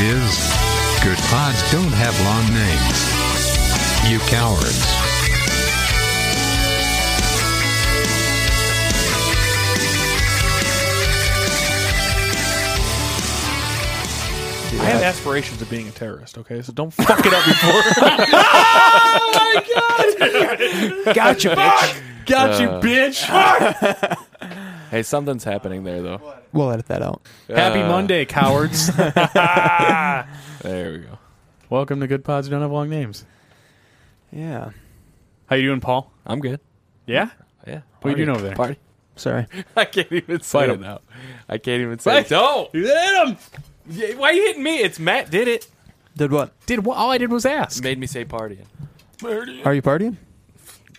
is, good pods don't have long names. You cowards. I have aspirations of being a terrorist. Okay, so don't fuck it up before. Gotcha, bitch. Got you, bitch. Hey, something's happening there though. We'll edit that out. Happy Uh, Monday, cowards. There we go. Welcome to Good Pods Who Don't Have Long Names. Yeah. How you doing, Paul? I'm good. Yeah? Yeah. What you Party. doing over there? Party. Sorry. I can't even say Fight it him. now. I can't even say. it. Don't. You hit him! Yeah, Why are you hitting me? It's Matt. Did it? Did what? Did what all I did was ask. Made me say partying. Are you partying?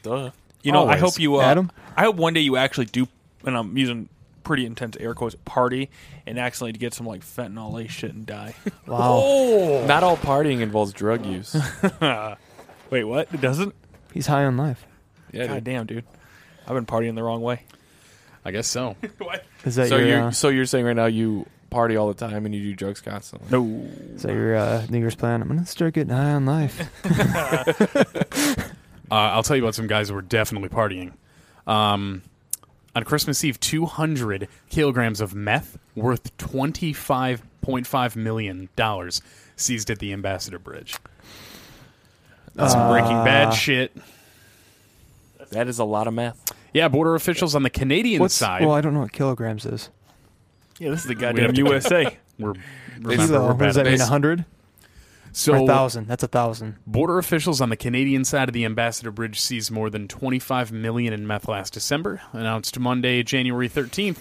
Duh. You know, I Always. hope you, uh, Adam? I hope one day you actually do, and I'm using pretty intense air quotes, party, and accidentally get some like fentanyl laced shit and die. Wow. Not all partying involves drug use. Wait, what? It doesn't? He's high on life. Yeah, God dude. damn, dude. I've been partying the wrong way. I guess so. Uh, Is that So your you're uh, so you're saying right now you party all the time and you do drugs constantly. No. is that your uh, New Year's plan? I'm gonna start getting high on life. Uh, I'll tell you about some guys who were definitely partying. Um, on Christmas Eve, 200 kilograms of meth worth $25.5 million seized at the Ambassador Bridge. That's some Breaking Uh, Bad shit. That is a lot of meth. Yeah, border officials on the Canadian What's side. well? I don't know what kilograms is. Yeah, this is the have goddamn to- USA. we're, Kilo. remember, we're uh, what does that bad at mean? this. A hundred So or a thousand? That's a thousand. Border officials on the Canadian side of the Ambassador Bridge seized more than 25 million in meth last December, announced Monday, January 13th.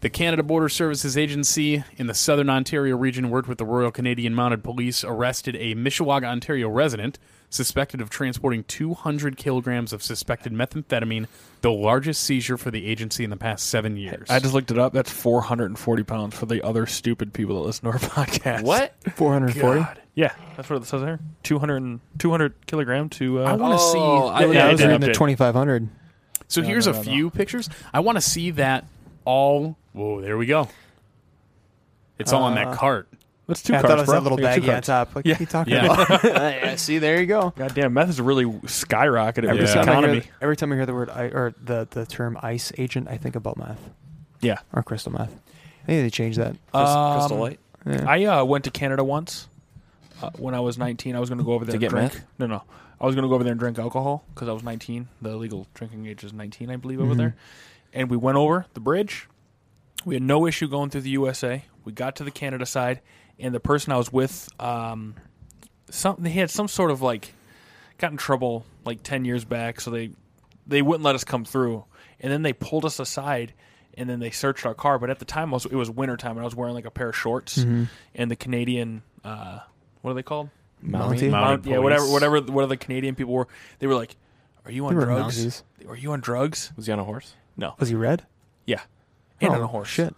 The Canada Border Services Agency in the Southern Ontario region worked with the Royal Canadian Mounted Police, arrested a Mishawaka, Ontario resident suspected of transporting 200 kilograms of suspected methamphetamine, the largest seizure for the agency in the past seven years. I just looked it up. That's 440 pounds for the other stupid people that listen to our podcast. What? Four hundred forty. Yeah, that's what it says there. 200, and- 200 kilogram to. Uh, I want to Oh, see. I- Yeah, Yeah, I it was did reading the update. twenty five hundred. So here's a few pictures. I want to see that all. Whoa, there we go. It's all on Uh, that cart. that's two I cars, thought it was bro. that little You got two baggie on cars. top. Like, Yeah. What are you talking Yeah. about? yeah, see, there you go. Goddamn, meth is really skyrocketed Every with the time I hear- economy. every time I hear the word I, or the, the term ice agent, I think about meth Yeah. or crystal meth. Maybe they changed that. Um, Crystal Light. I uh, went to Canada once uh, when I was 19. I was going to go over there To and get drink. meth? No, no. I was going to go over there and drink alcohol because I was 19. The legal drinking age is 19, I believe, over there. And we went over the bridge. We had no issue going through the USA. We got to the Canada side, and the person I was with, um, some they had some sort of like got in trouble like 10 years back, so they they wouldn't let us come through. And then they pulled us aside and then they searched our car. But at the time, I was, it was wintertime and I was wearing like a pair of shorts and the Canadian, uh, what are they called? Mountie? Mountie. Mounted Mount- yeah, whatever, police. whatever, what are the Canadian people were. They were like, Are you on were drugs? Mounties. Are you on drugs? Was he on a horse? No. Was he red? Yeah. And oh, on a horse. Shit.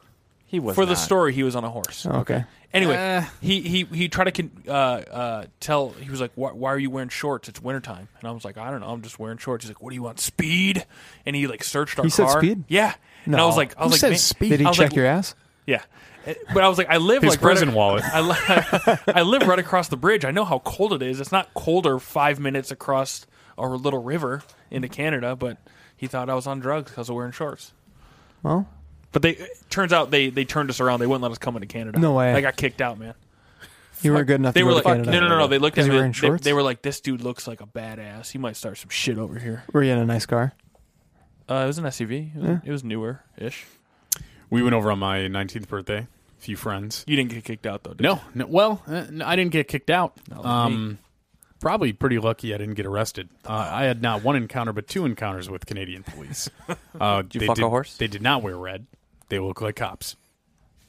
He was For the not. story, he was on a horse. Oh, okay. Anyway, he, he he tried to con- uh, uh, tell. He was like, why, "Why are you wearing shorts? It's wintertime." And I was like, "I don't know. I'm just wearing shorts." He's like, "What do you want? Speed?" And he like searched our He said car. speed? Yeah. And I was No. like, I was Who like, says "Man-" speed? Did he I was check like, your ass? Yeah. Eh, But I was like, I live His like prison right, wallet. I, li- I live right across the bridge. I know how cold it is. It's not colder five minutes across our little river into Canada. But he thought I was on drugs because of wearing shorts. Well, But they it turns out they they turned us around. They wouldn't let us come into Canada. No way. I got kicked out, man. you weren't good enough They to were go like, to Canada. no, no, no, no. They looked at Because me. you were in they- shorts? They, were like, this dude looks like a badass. He might start some shit over here. Were you in a nice car? Uh, it was an SUV. It was, it was newer ish. We went over on my 19th birthday. A few friends. You didn't get kicked out though. Did No, no well, uh, no, I didn't get kicked out. like Um, probably pretty lucky I didn't get arrested. Uh, I had not one encounter but two encounters with Canadian police. Uh, you they fuck a did- horse? They did not wear red. They look like cops.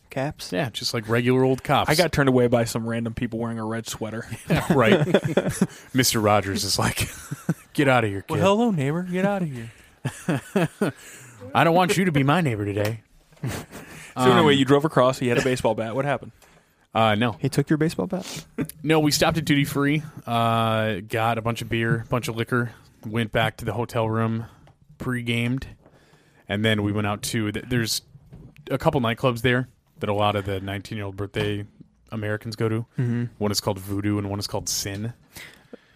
Caps? Yeah, just like regular old cops. I got turned away by some random people wearing a red sweater. right. Mr. Rogers is like, get out of here, kid. well, hello neighbor, get out of here. I don't want you to be my neighbor today. So anyway, you drove across. He had a baseball bat. What happened? Uh, no, He took your baseball bat? no. We stopped at duty free, uh, got a bunch of beer, bunch of liquor, went back to the hotel room, pre-gamed, and then we went out to. th- There's a couple nightclubs there that a lot of the 19 year old birthday Americans go to. One is called Voodoo, and one is called Sin.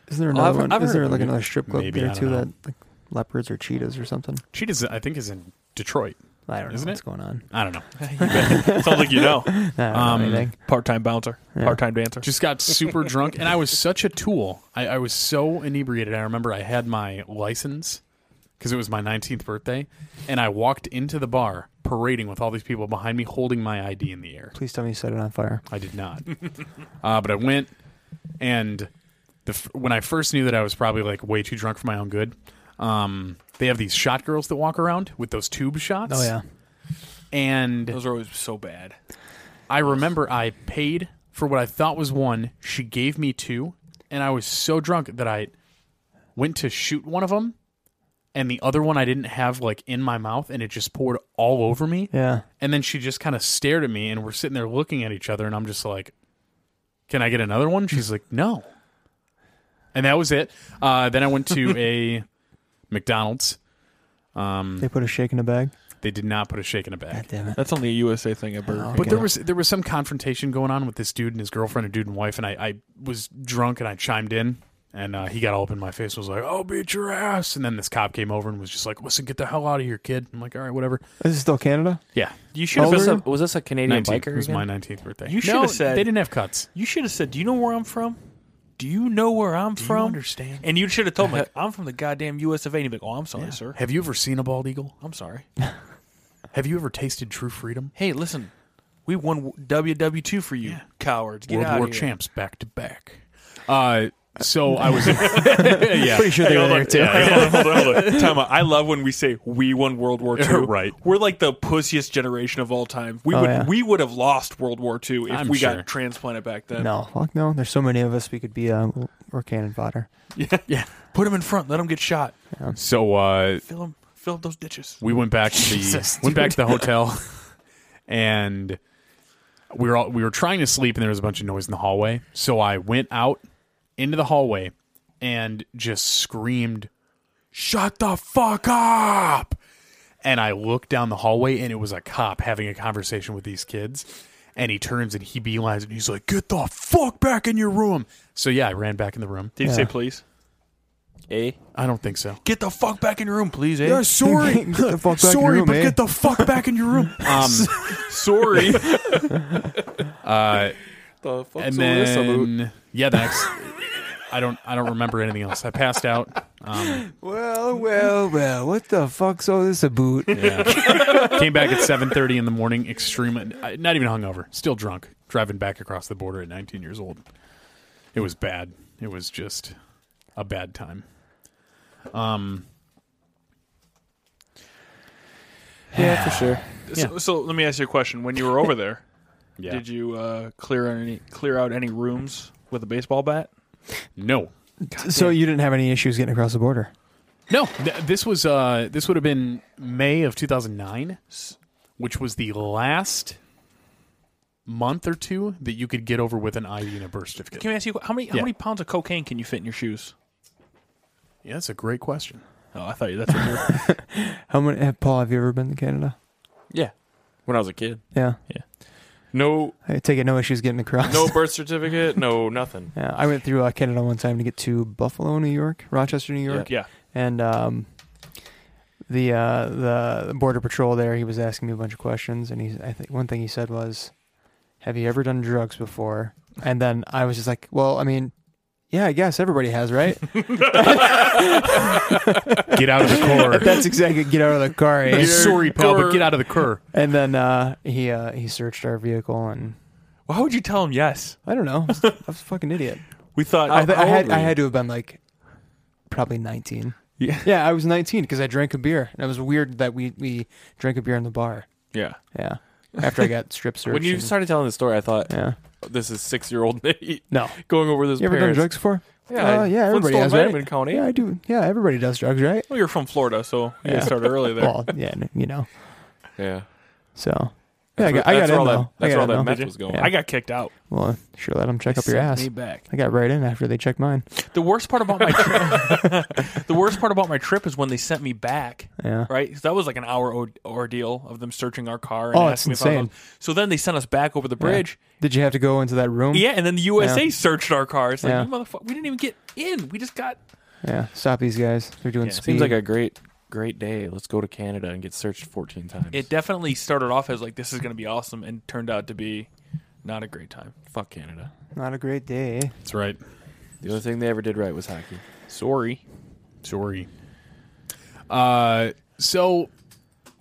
Is there I've- another one? I've Is heard there of like it. another strip club Maybe, I there don't too know. that like leopards or cheetahs or something? Cheetahs, I think, is in Detroit. I don't know Isn't what's it? going on. I don't know. Sounds like you know. I don't know Um, anything. Part time bouncer, Yeah. part time dancer. Just got super drunk, and I was such a tool. I, I was so inebriated. I remember I had my license because it was my 19th birthday, and I walked into the bar parading with all these people behind me holding my ID in the air. Please tell me you set it on fire. I did not. uh, but I went, and the f- when I first knew that I was probably like way too drunk for my own good, um, they have these shot girls that walk around with those tube shots. Oh yeah. And Those are always so bad. I remember I paid for what I thought was one. She gave me two, and I was so drunk that I went to shoot one of them, and the other one I didn't have like in my mouth, and it just poured all over me. Yeah. And then she just kind of stared at me, and we're sitting there looking at each other, and I'm just like, "Can I get another one?" She's like, "No." And that was it. Uh, then I went to a McDonald's. Um, They put a shake in a bag. they did not put a shake in a bag, God damn it. That's only a USA thing at Burger Oh, King. but okay. there was there was some confrontation going on with this dude and his girlfriend, a dude and wife, and I, I was drunk and I chimed in, and uh, he got all up in my face, and was like, "I'll beat your ass!" And then this cop came over and was just like, "Listen, get the hell out of here, kid." I'm like, "All right, whatever." Is this still Canada? Yeah, You should have How old Was this said. are you? a, was this a Canadian 19th biker? it was again? my 19th birthday. You should No, have said- they didn't have cuts. You should have said, "Do you know where I'm from? Do you know where I'm from?" understand? And you should have told me, like, "I'm from the goddamn US of A." And he'd be like, "Oh, I'm sorry, sir. Have you ever seen a bald eagle? I'm sorry." Have you ever tasted true freedom? hey, listen, we won WW two for you, cowards. Get World out War of here. champs back to back. Uh, so I was, yeah. Pretty sure they were there too. hold on, hold on, hold on. Time out. I love when we say we won World War II. Right. We're like the pussiest generation of all time. We Oh, would yeah. we would have lost World War II if I'm we sure. got transplanted back then. No, fuck no. There's so many of us. We could be uh, or cannon fodder. Put him in front. Let him get shot. So uh, Fill him. Fill up those ditches. we went back to the went back to the hotel, and we were all, we were trying to sleep, and there was a bunch of noise in the hallway. So I went out into the hallway and just screamed, "Shut the fuck up!" And I looked down the hallway, and it was a cop having a conversation with these kids. And he turns and he beelines, and he's like, "Get the fuck back in your room!" So yeah, I ran back in the room. Did you say please? Eh? I don't think so. Get the fuck back in your room, please. Eh? Yeah, sorry. Get the fuck back in your sorry, room, but eh? get the fuck back in your room. Um, sorry. Uh, The fuck's and all this about? then yeah, the next. I don't. I don't remember anything else. I passed out. Um, Well, well, well. What the fuck's all this about? came back at seven thirty in the morning. Extremely, I- not even hungover. Still drunk. Driving back across the border at nineteen years old. It was bad. It was just a bad time. Um, Yeah, for sure. So, so let me ask you a question. When you were over there, yeah. did you uh, clear any clear out any rooms with a baseball bat? no. so you didn't have any issues getting across the border? No, th- this was uh, this would have been May of 2009, s- which was the last month or two that you could get over with an IV and a birth certificate. Can I ask you how many how Yeah. many pounds of cocaine can you fit in your shoes? Yeah, that's a great question. Oh, I thought you. That's what you were. How many? Have, Paul, have you ever been to Canada? Yeah. When I was a kid. Yeah. No I take it no issues getting across. no birth certificate, no nothing. Yeah, I went through uh, Canada one time to get to Buffalo, New York, Rochester, New York, yeah. and um, the uh, the the border patrol there. He was asking me a bunch of questions, and he I think one thing he said was, "Have you ever done drugs before?" And then I was just like, "Well, I mean, yeah, I guess everybody has, right?" Get out of the car. That's exactly get out of the car. eh? Sorry, pal, but get out of the car. And then uh, he uh, he searched our vehicle, and Well, how would you tell him yes? I don't know, I was, I was a fucking idiot. We thought I, th- I how had old were I you? had to have been like probably nineteen. Yeah. yeah, I was nineteen because I drank a beer, and it was weird that we we drank a beer in the bar. yeah. Yeah, after I got strip searched. When you and- started telling the story, I thought "Oh, yeah, this is six year old Nate no, going over this you ever done parents. drugs before? Yeah, Oh, yeah, everybody Flintstone has, right? Vitamin County. Yeah, I do. Yeah, everybody does drugs, right? Well, you're from Florida, so you Yeah. started early there. Well, yeah, n- you know. Yeah. So Yeah, I That's got, where- I got that's in where all though. that- that's I where all got in, that though. meth was going. Yeah. I got kicked out. Well, sure, let them check They up your sent ass. Me back. I got right in after they checked mine. The worst part about my trip, the worst part about my trip is when they sent me back. Yeah. Right, so that was like an hour o- ordeal of them searching our car. And Oh, asking it's me if I was- insane. So then they sent us back over the bridge. Did you have to go into that room? Yeah, and then the USA Yeah. searched our car. It's like Yeah. you motherfucker, we didn't even get in. We just got Yeah. Stop these guys. They're doing Yeah, speed. Seems like a great, great day. Let's go to Canada and get searched 14 times. It definitely started off as like this is going to be awesome, and turned out to be not a great time. Fuck Canada. not a great day. That's right. The only thing they ever did right was hockey. Sorry. Sorry. Uh, so,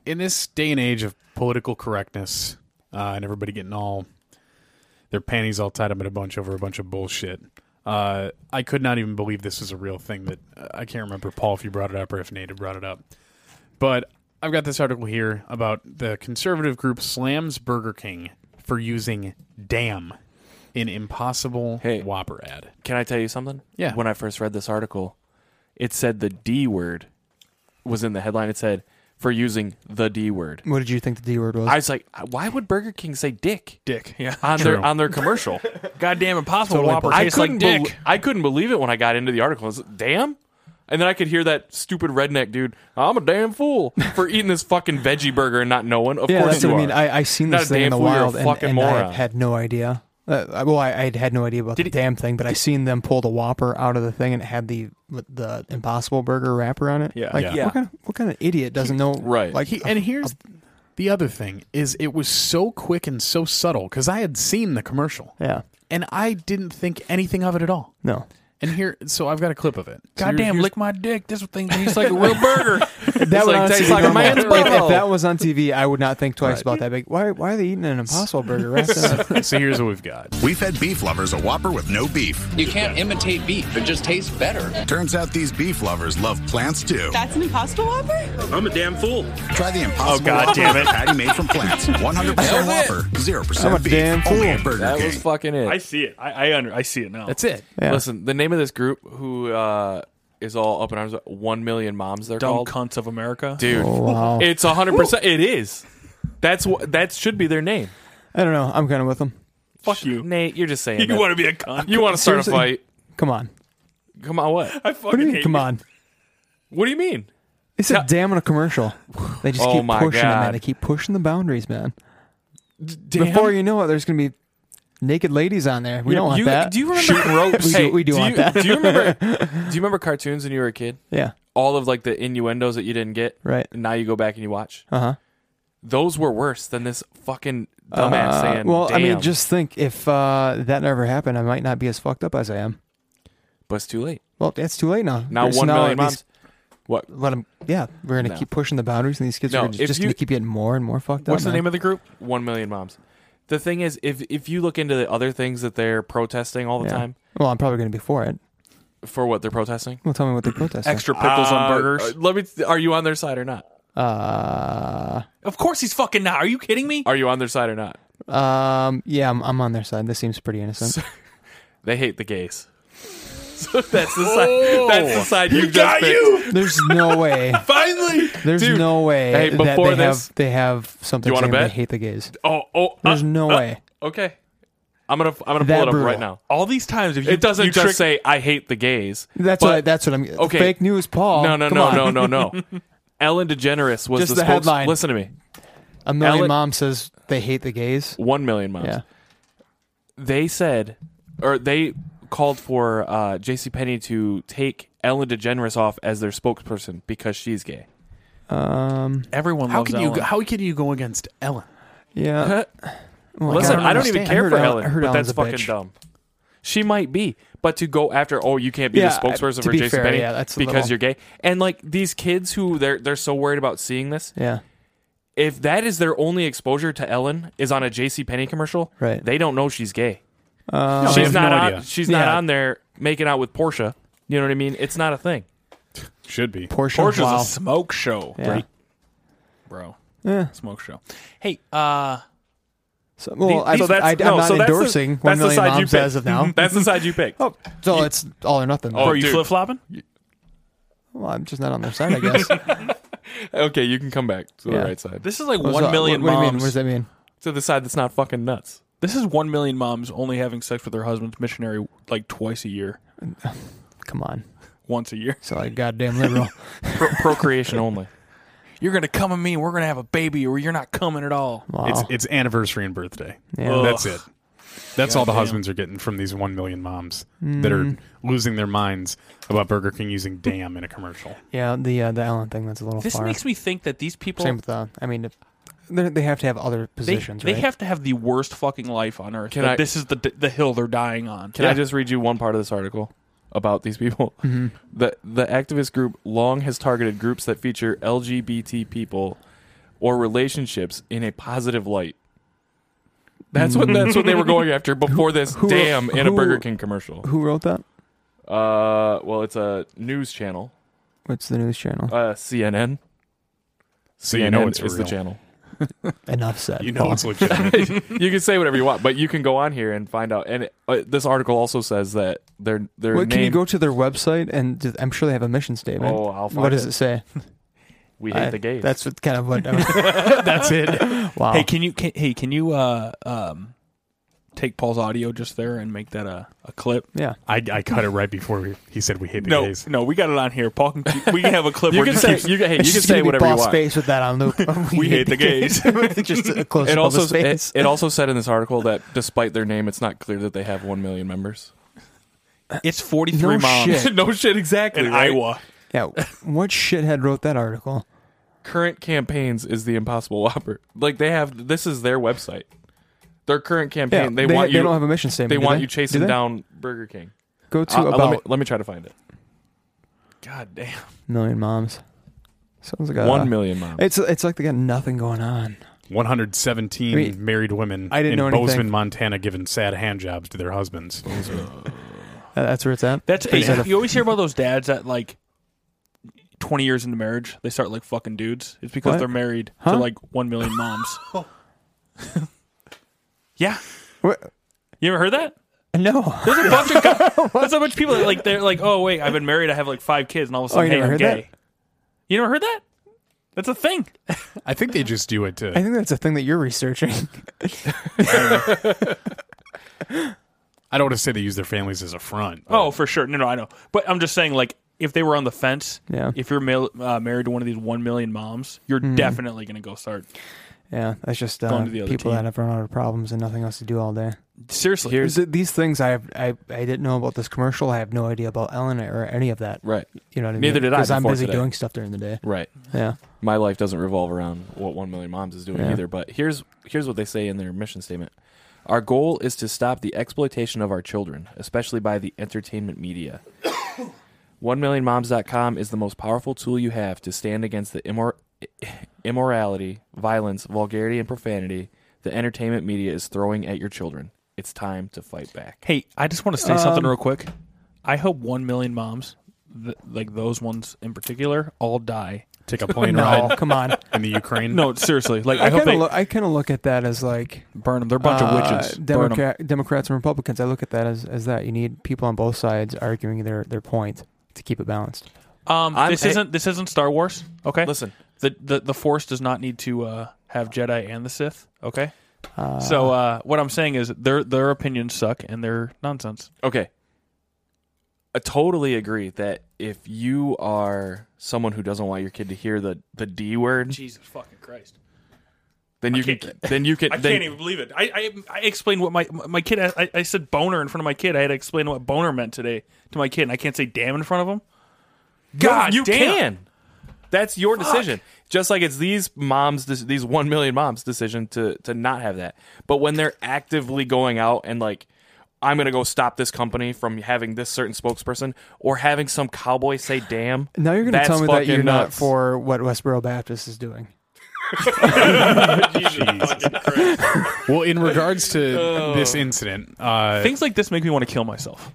in this day and age of political correctness uh, and everybody getting all their panties all tied up in a bunch over a bunch of bullshit, uh, I could not even believe this was a real thing. That uh, I can't remember, Paul, if you brought it up or if Nate had brought it up. But I've got this article here about the conservative group slams Burger King for using "damn" in Impossible Hey. Whopper ad. Can I tell you something? Yeah. When I first read this article, it said the D word was in the headline. It said for using the D word. What did you think the D word was? I was like, why would Burger King say dick Dick. Yeah. on True. their on their commercial? Goddamn impossible Totally whopper. possible. I tastes like couldn't dick. bel- I couldn't believe it when I got into the article. I was like, damn. And then I could hear that stupid redneck dude. I'm a damn fool for eating this fucking veggie burger and not knowing. Of yeah, course that's you what are. I mean. I I seen Not this a thing damn in the fool, you're a wild and, fucking and I moron. had no idea. Uh, I- well, I, I had no idea about the damn thing, but I seen them pull the Whopper out of the thing and it had the the Impossible Burger wrapper on it. Yeah. like Yeah. what kind of what kind of idiot doesn't know? Right. like uh, He, and here's the other thing is it was so quick and so subtle because I had seen the commercial yeah, and I didn't think anything of it at all. no, And here, so I've got a clip of it. So here- Goddamn, here's- lick my dick. This thing tastes like a real burger. that would like honestly tastes be like a normal. man's If- if, butthole. that was on TV, I would not think twice about that. Like, why why are they eating an Impossible Burger wrapped up? so here's what we've got. We fed beef lovers a Whopper with no beef. You can't imitate beef, it just tastes better. Turns out these beef lovers love plants too. That's an Impossible Whopper? I'm a damn fool. Try the impossible God Whopper damn it. patty made from plants. 100% Whopper, 0% I'm a beef. damn Only fool. at Burger that King. was fucking it. I see it. I I, under, I see it now. That's it. Yeah. Listen, the name of this group who uh, is all up in arms, one million moms. They're Dumb called, cunts of America. dude. Oh, wow. It's hundred percent. It is. That's what that should be their name. I don't know. I'm kind of with them. Fuck you. Nate, you're just saying You that. want to be a cunt? you want to start a Seriously? fight. Come on. Come on, what? I What do fucking you mean? hate Come on. What do you mean? They said damn on a commercial. They just Oh keep my pushing it, man. God. They keep pushing the boundaries, man. Before you know it, there's going to be naked ladies on there. We don't want you, that. Do you remember ropes? We do- we do want you, that. Do you remember? Do you remember cartoons when you were a kid? yeah. All of like the innuendos that you didn't get. Right. And now you go back and you watch. Uh-huh. Those were worse than this fucking dumbass Uh, saying. well, I mean, "Damn." just think if uh, that never happened, I might not be as fucked up as I am. But it's too late. Well, it's too late now. Now There's one million these- moms. What? Let 'em- yeah, we're going to No. keep pushing the boundaries, and these kids No, are gonna- if just going you- to keep getting more and more fucked up. What's the name of the group? One million moms. The thing is, if if you look into the other things that they're protesting all the time, Well, I'm probably going to be for it. for what they're protesting, Well, tell me what they're protesting. Extra pickles on Uh, burgers. uh, Let me. Are you on their side or not? Uh, of course he's fucking not. Are you kidding me? Are you on their side or not? um, yeah, I'm, I'm on their side. This seems pretty innocent. They hate the gays. So that's the side. That's the side Oh. you just picked. There's no way. Finally, There's Dude. no way Hey, that before they this- have they have something You wanna saying they bet? hate the gays. Oh, oh. There's uh, no uh, way. Okay, I'm gonna I'm gonna That pull it up brutal. right now. All these times, if you It doesn't you just trick- say I hate the gays. That's but- what I, that's what I'm. okay. Fake news, Paul. No, no, Come no, on. no, no, no. Ellen DeGeneres was Just the the spokes- headline. Listen to me. A million Alec- mom says they hate the gays. One million moms. Yeah. They said, or they called for uh, J.C. Penney to take Ellen DeGeneres off as their spokesperson because she's gay. Um. everyone How loves can you? Ellen. go- How can you go against Ellen? Yeah. Well, Listen, don't I don't even understand. care I heard for Ellen- Helen, I heard but Ellen's that's a fucking bitch. dumb. She might be, but to go after, oh, you can't be Yeah, the spokesperson I- to for be Jason fair, Benny yeah, that's a because little- you're gay, and like these kids who they're they're so worried about seeing this. Yeah. If that is their only exposure to Ellen is on a J.C. Penney commercial, Right. they don't know she's gay. No, they she's have not no on. idea. She's not Yeah. on there making out with Portia. You know what I mean? It's not a thing. Should be. Portia. Porsche's wow. a smoke show, Yeah. right? bro? Smoke show. Hey, uh, So, well, I, so that's I, I'm no, not so that's the- endorsing that's one the million side you moms picked. as of now. That's the side you picked. Oh, so it's all or nothing. bro, Oh, are you dude. flip flopping? Well, I'm just not on their side, I guess. Okay, you can come back to Yeah. the right side. This is like What was one that- million What, what do you mean? moms. What does that mean? to the side that's not fucking nuts. This is one million moms only having sex with their husband's missionary like twice a year, Come on. once a year. It's like goddamn liberal. Pro- procreation only. You're gonna come at me, and we're gonna have a baby, or you're not coming at all. Wow. It's it's anniversary and birthday. Yeah. That's it. That's all the Goddamn. husbands are getting from these one million moms that are losing their minds about Burger King using "damn" in a commercial. yeah, the uh, the Ellen thing that's a little This far. makes me think that these people Same with the. I mean, if- they're- they have to have other they, positions, they right? have to have the worst fucking life on earth. Can that I- this is the the hill they're dying on. Can I just read you one part of this article about these people? Mm-hmm. The the activist group long has targeted groups that feature LGBT people or relationships in a positive light. That's what that's what they were going after before this who- damn in a who- Burger King commercial. Who wrote that? Uh, well, it's a news channel, What's the news channel? uh, CNN. So you know CNN it's is real. the channel. Enough said. You know Paul. it's legitimate. You can say whatever you want, but you can go on here and find out. And it, uh, this article also says that their their What, can you name. go to their website and just, I'm sure they have a mission statement. Oh, I'll find what does it. it say? we hate I- the gays. That's what kind of what. I was- That's it. wow. Hey, can you? Can, hey, can you? Uh, um, take Paul's audio just there and make that a, a clip. yeah. I, I cut it right before we, he said we hate the No, gays. no, we got it on here. Paul can. We can have a clip. you where can it say keeps- you, can- hey, you It's can just say gonna be whatever you Paul's want. face with that on loop. we, hate the gays. just a close It up of his also face. it, it also said in this article that despite their name, it's not clear that they have one million members. it's forty three No moms shit. no shit, exactly. in right? Iowa. yeah. What shithead wrote that article? current campaigns is the Impossible Whopper. Like they have this is their website. Their current campaign. Yeah, they, they- want they you. don't have a mission statement, They do want they? you Do chasing they? down Burger King. Go to Uh, uh, about let, me, let me try to find it. God damn. million moms. Sounds like a one million moms. It's it's like they got nothing going on. 117 I mean, married women I didn't in know anything. Bozeman, Montana, giving sad hand jobs to their husbands. Uh, That's where it's at. That's Pretty hey, sad. you always hear about those dads that like twenty years into marriage they start like fucking dudes. It's because What? they're married Huh? to like one million moms. yeah, What? you ever heard that? No. There's a bunch of cou- there's a bunch of people that like they're like, oh wait, I've been married, I have like five kids, and all of a you sudden, hey, never I'm heard gay. that? You never heard that? That's a thing. I think they just do it I to. think that's a thing that you're researching. I don't want to say they use their families as a front. but Oh, for sure. No, no, I know. But I'm just saying, like, if they were on the fence, Yeah. if you're ma- uh, married to one of these one million moms, you're definitely gonna go start. yeah, that's just uh, Going to the other people team. that have run out of problems and nothing else to do all day. Seriously, Th- these things I, have, I I didn't know about this commercial. I have no idea about Ellen or any of that. right, You know what I mean? Neither did I Because I'm before busy today. doing stuff during the day. right. Yeah. My life doesn't revolve around what one million moms is doing either. But here's here's what they say in their mission statement. Our goal is to stop the exploitation of our children, especially by the entertainment media. 1millionmoms.com is the most powerful tool you have to stand against the immor- immorality, violence, vulgarity, and profanity the entertainment media is throwing at your children. It's time to fight back. Hey, I just want to say something real quick. Um, I hope one million moms, th- like those ones in particular, all die. take a plane No, ride come on. in the Ukraine. No, seriously. Like I, I hope kind they of look, I kind of look at that as like burn them. They're a bunch uh, of witches. Burn 'em. Democrat, Democrats and Republicans. I look at that as, as that you need people on both sides arguing their, their point to keep it balanced. Um, I'm- this hey- isn't this isn't Star Wars. Okay, Listen, the the, the Force does not need to uh, have Jedi and the Sith. Okay. so uh, what I'm saying is their their opinions suck and they're nonsense. okay. I totally agree that if you are someone who doesn't want your kid to hear the, the D word, Jesus fucking Christ! then you can can't- then you can I then- can't even believe it. I, I I explained what my my kid. I, I said boner in front of my kid. I had to explain what boner meant today to my kid, and I can't say damn in front of him. God, you damn. can. That's your decision. Just like it's these moms, this- these one million moms' decision to to not have that. But when they're actively going out and like, I'm gonna go stop this company from having this certain spokesperson or having some cowboy say "damn." Now you're going to that's tell me that fucking you're not nuts. for what Westboro Baptist is doing. Well, in regards to this incident, uh, Things like this make me want to kill myself.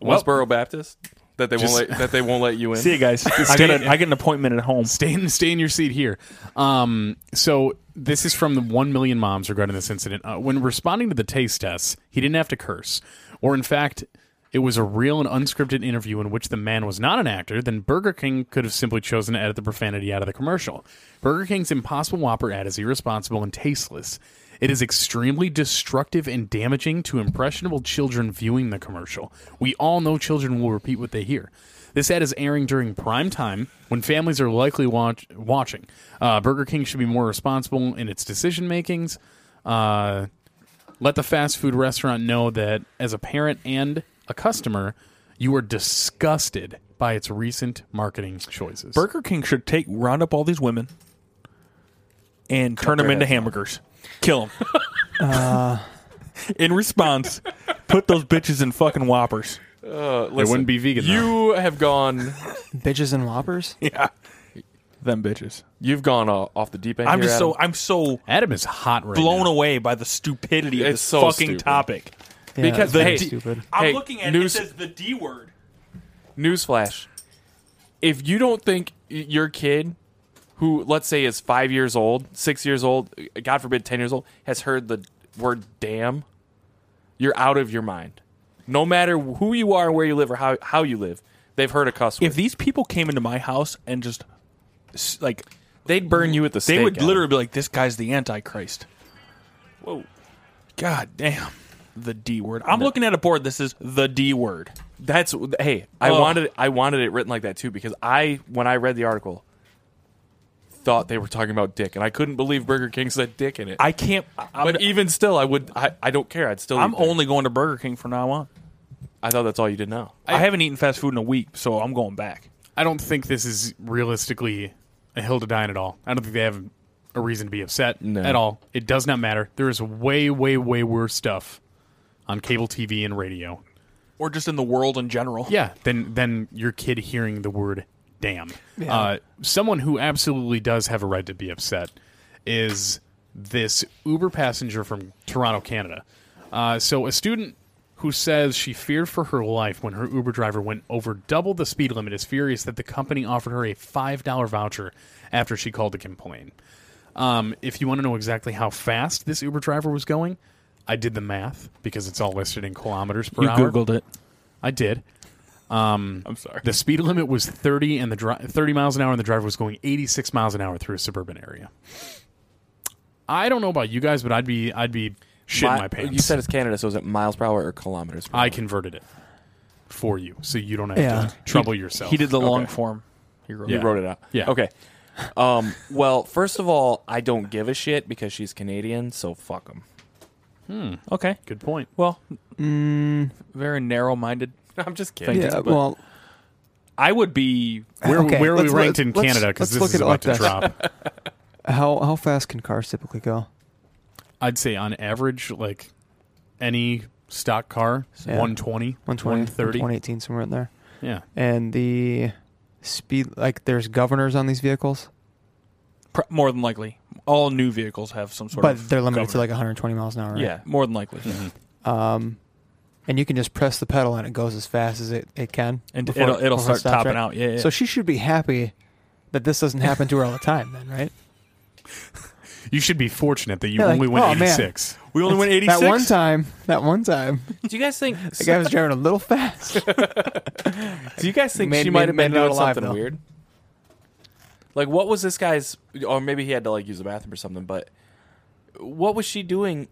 Westboro Baptist that they Just- won't let, that they won't let you in. See you guys. I got a, I get an appointment at home. stay in, stay in your seat here. Um, so this is from the one million moms regarding this incident. Uh, when responding to the taste tests, he didn't have to curse, or in fact, it was a real and unscripted interview in which the man was not an actor. Then Burger King could have simply chosen to edit the profanity out of the commercial. Burger King's Impossible Whopper ad is irresponsible and tasteless. It is extremely destructive and damaging to impressionable children viewing the commercial. We all know children will repeat what they hear. This ad is airing during prime time when families are likely watch- watching. Uh, Burger King should be more responsible in its decision makings. Uh, let the fast food restaurant know that as a parent and a customer, you are disgusted by its recent marketing choices. Burger King should take round up all these women and turn them into hamburgers. Kill them. Uh, in response, put those bitches in fucking whoppers. it wouldn't be vegan. though. You have gone. Bitches and whoppers. Them bitches. You've gone uh, off the deep end. I'm here, just Adam. so I'm so Adam is hot right blown now. away by the stupidity of It's this so fucking stupid. topic. Yeah, Because it's very hey, stupid. I'm Hey, looking at news- it. It says the D word. Newsflash. If you don't think y- your kid, who let's say is five years old, six years old, God forbid, 10 years old, has heard the word damn, you're out of your mind. No matter who you are, where you live, or how, how you live, they've heard a cuss word. If these people came into my house and just s- like They'd burn you at the stake. they would Adam. literally be like, "This guy's the Antichrist." Whoa, god damn, the D word. I'm looking at a board. This is the D word. That's hey, I Ugh. wanted I wanted it written like that too because I when I read the article thought they were talking about dick and I couldn't believe Burger King said dick in it. I can't. I- I'm, but even still, I would I, I don't care. I'd still. I'm eat there. only going to Burger King from now on. I thought that's all you did now. I haven't eaten fast food in a week, so I'm going back. I don't think this is realistically a hill to die on at all. I don't think they have a reason to be upset No. at all. It does not matter. There is way, way, way worse stuff on cable TV and radio. Or just in the world in general. Yeah, than than your kid hearing the word "damn." Uh, someone who absolutely does have a right to be upset is this Uber passenger from Toronto, Canada. Uh, so a student who says she feared for her life when her Uber driver went over double the speed limit is furious that the company offered her a five dollar voucher after she called to complain. Um, if you want to know exactly how fast this Uber driver was going, I did the math because it's all listed in kilometers per You hour. googled it. I did. Um, I'm sorry. The speed limit was 30 and the dri- 30 miles an hour and the driver was going 86 miles an hour through a suburban area. I don't know about you guys, but I'd be I'd be shitting my, pants. You said it's Canada, so is it miles per hour or kilometers? Per I hour? converted it for you so you don't have Yeah. to trouble yourself. He did the long Okay. form. He wrote Yeah. it. You wrote it out. Yeah. Okay. Um. Well, first of all, I don't give a shit because she's Canadian, so fuck them. Okay. Good point. Well, Mm. very narrow-minded. I'm just kidding. Thank Yeah, you, but well, I would be. Where, Uh, Okay, where are we let's- ranked in let's- Canada? Because let's this look is at it about like to this. drop. how how fast can cars typically go? I'd say on average, like any stock car, Yeah. 120, 120, 130. 118, somewhere in there. Yeah. And the speed, like, there's governors on these vehicles, Pr- more than likely, all new vehicles have some sort but of. they're limited to governor. like Mm-hmm. 120 miles an hour. right? Um, Yeah, more than likely. And you can just press the pedal and it goes as fast as it, it can. And before- it'll- it'll before it start stops, topping out. Yeah, yeah. So she should be happy that this doesn't happen to her all the time, then, right? You should be fortunate that you Yeah, like, only went oh, man. 86. We only went 86. That one time, that one time, Do you guys think? the guy was driving a little fast. Do you guys think Made- she might made- have made been it doing out alive, something though. weird? Like, what was this guy's? Or maybe he had to like use the bathroom or something. But what was she doing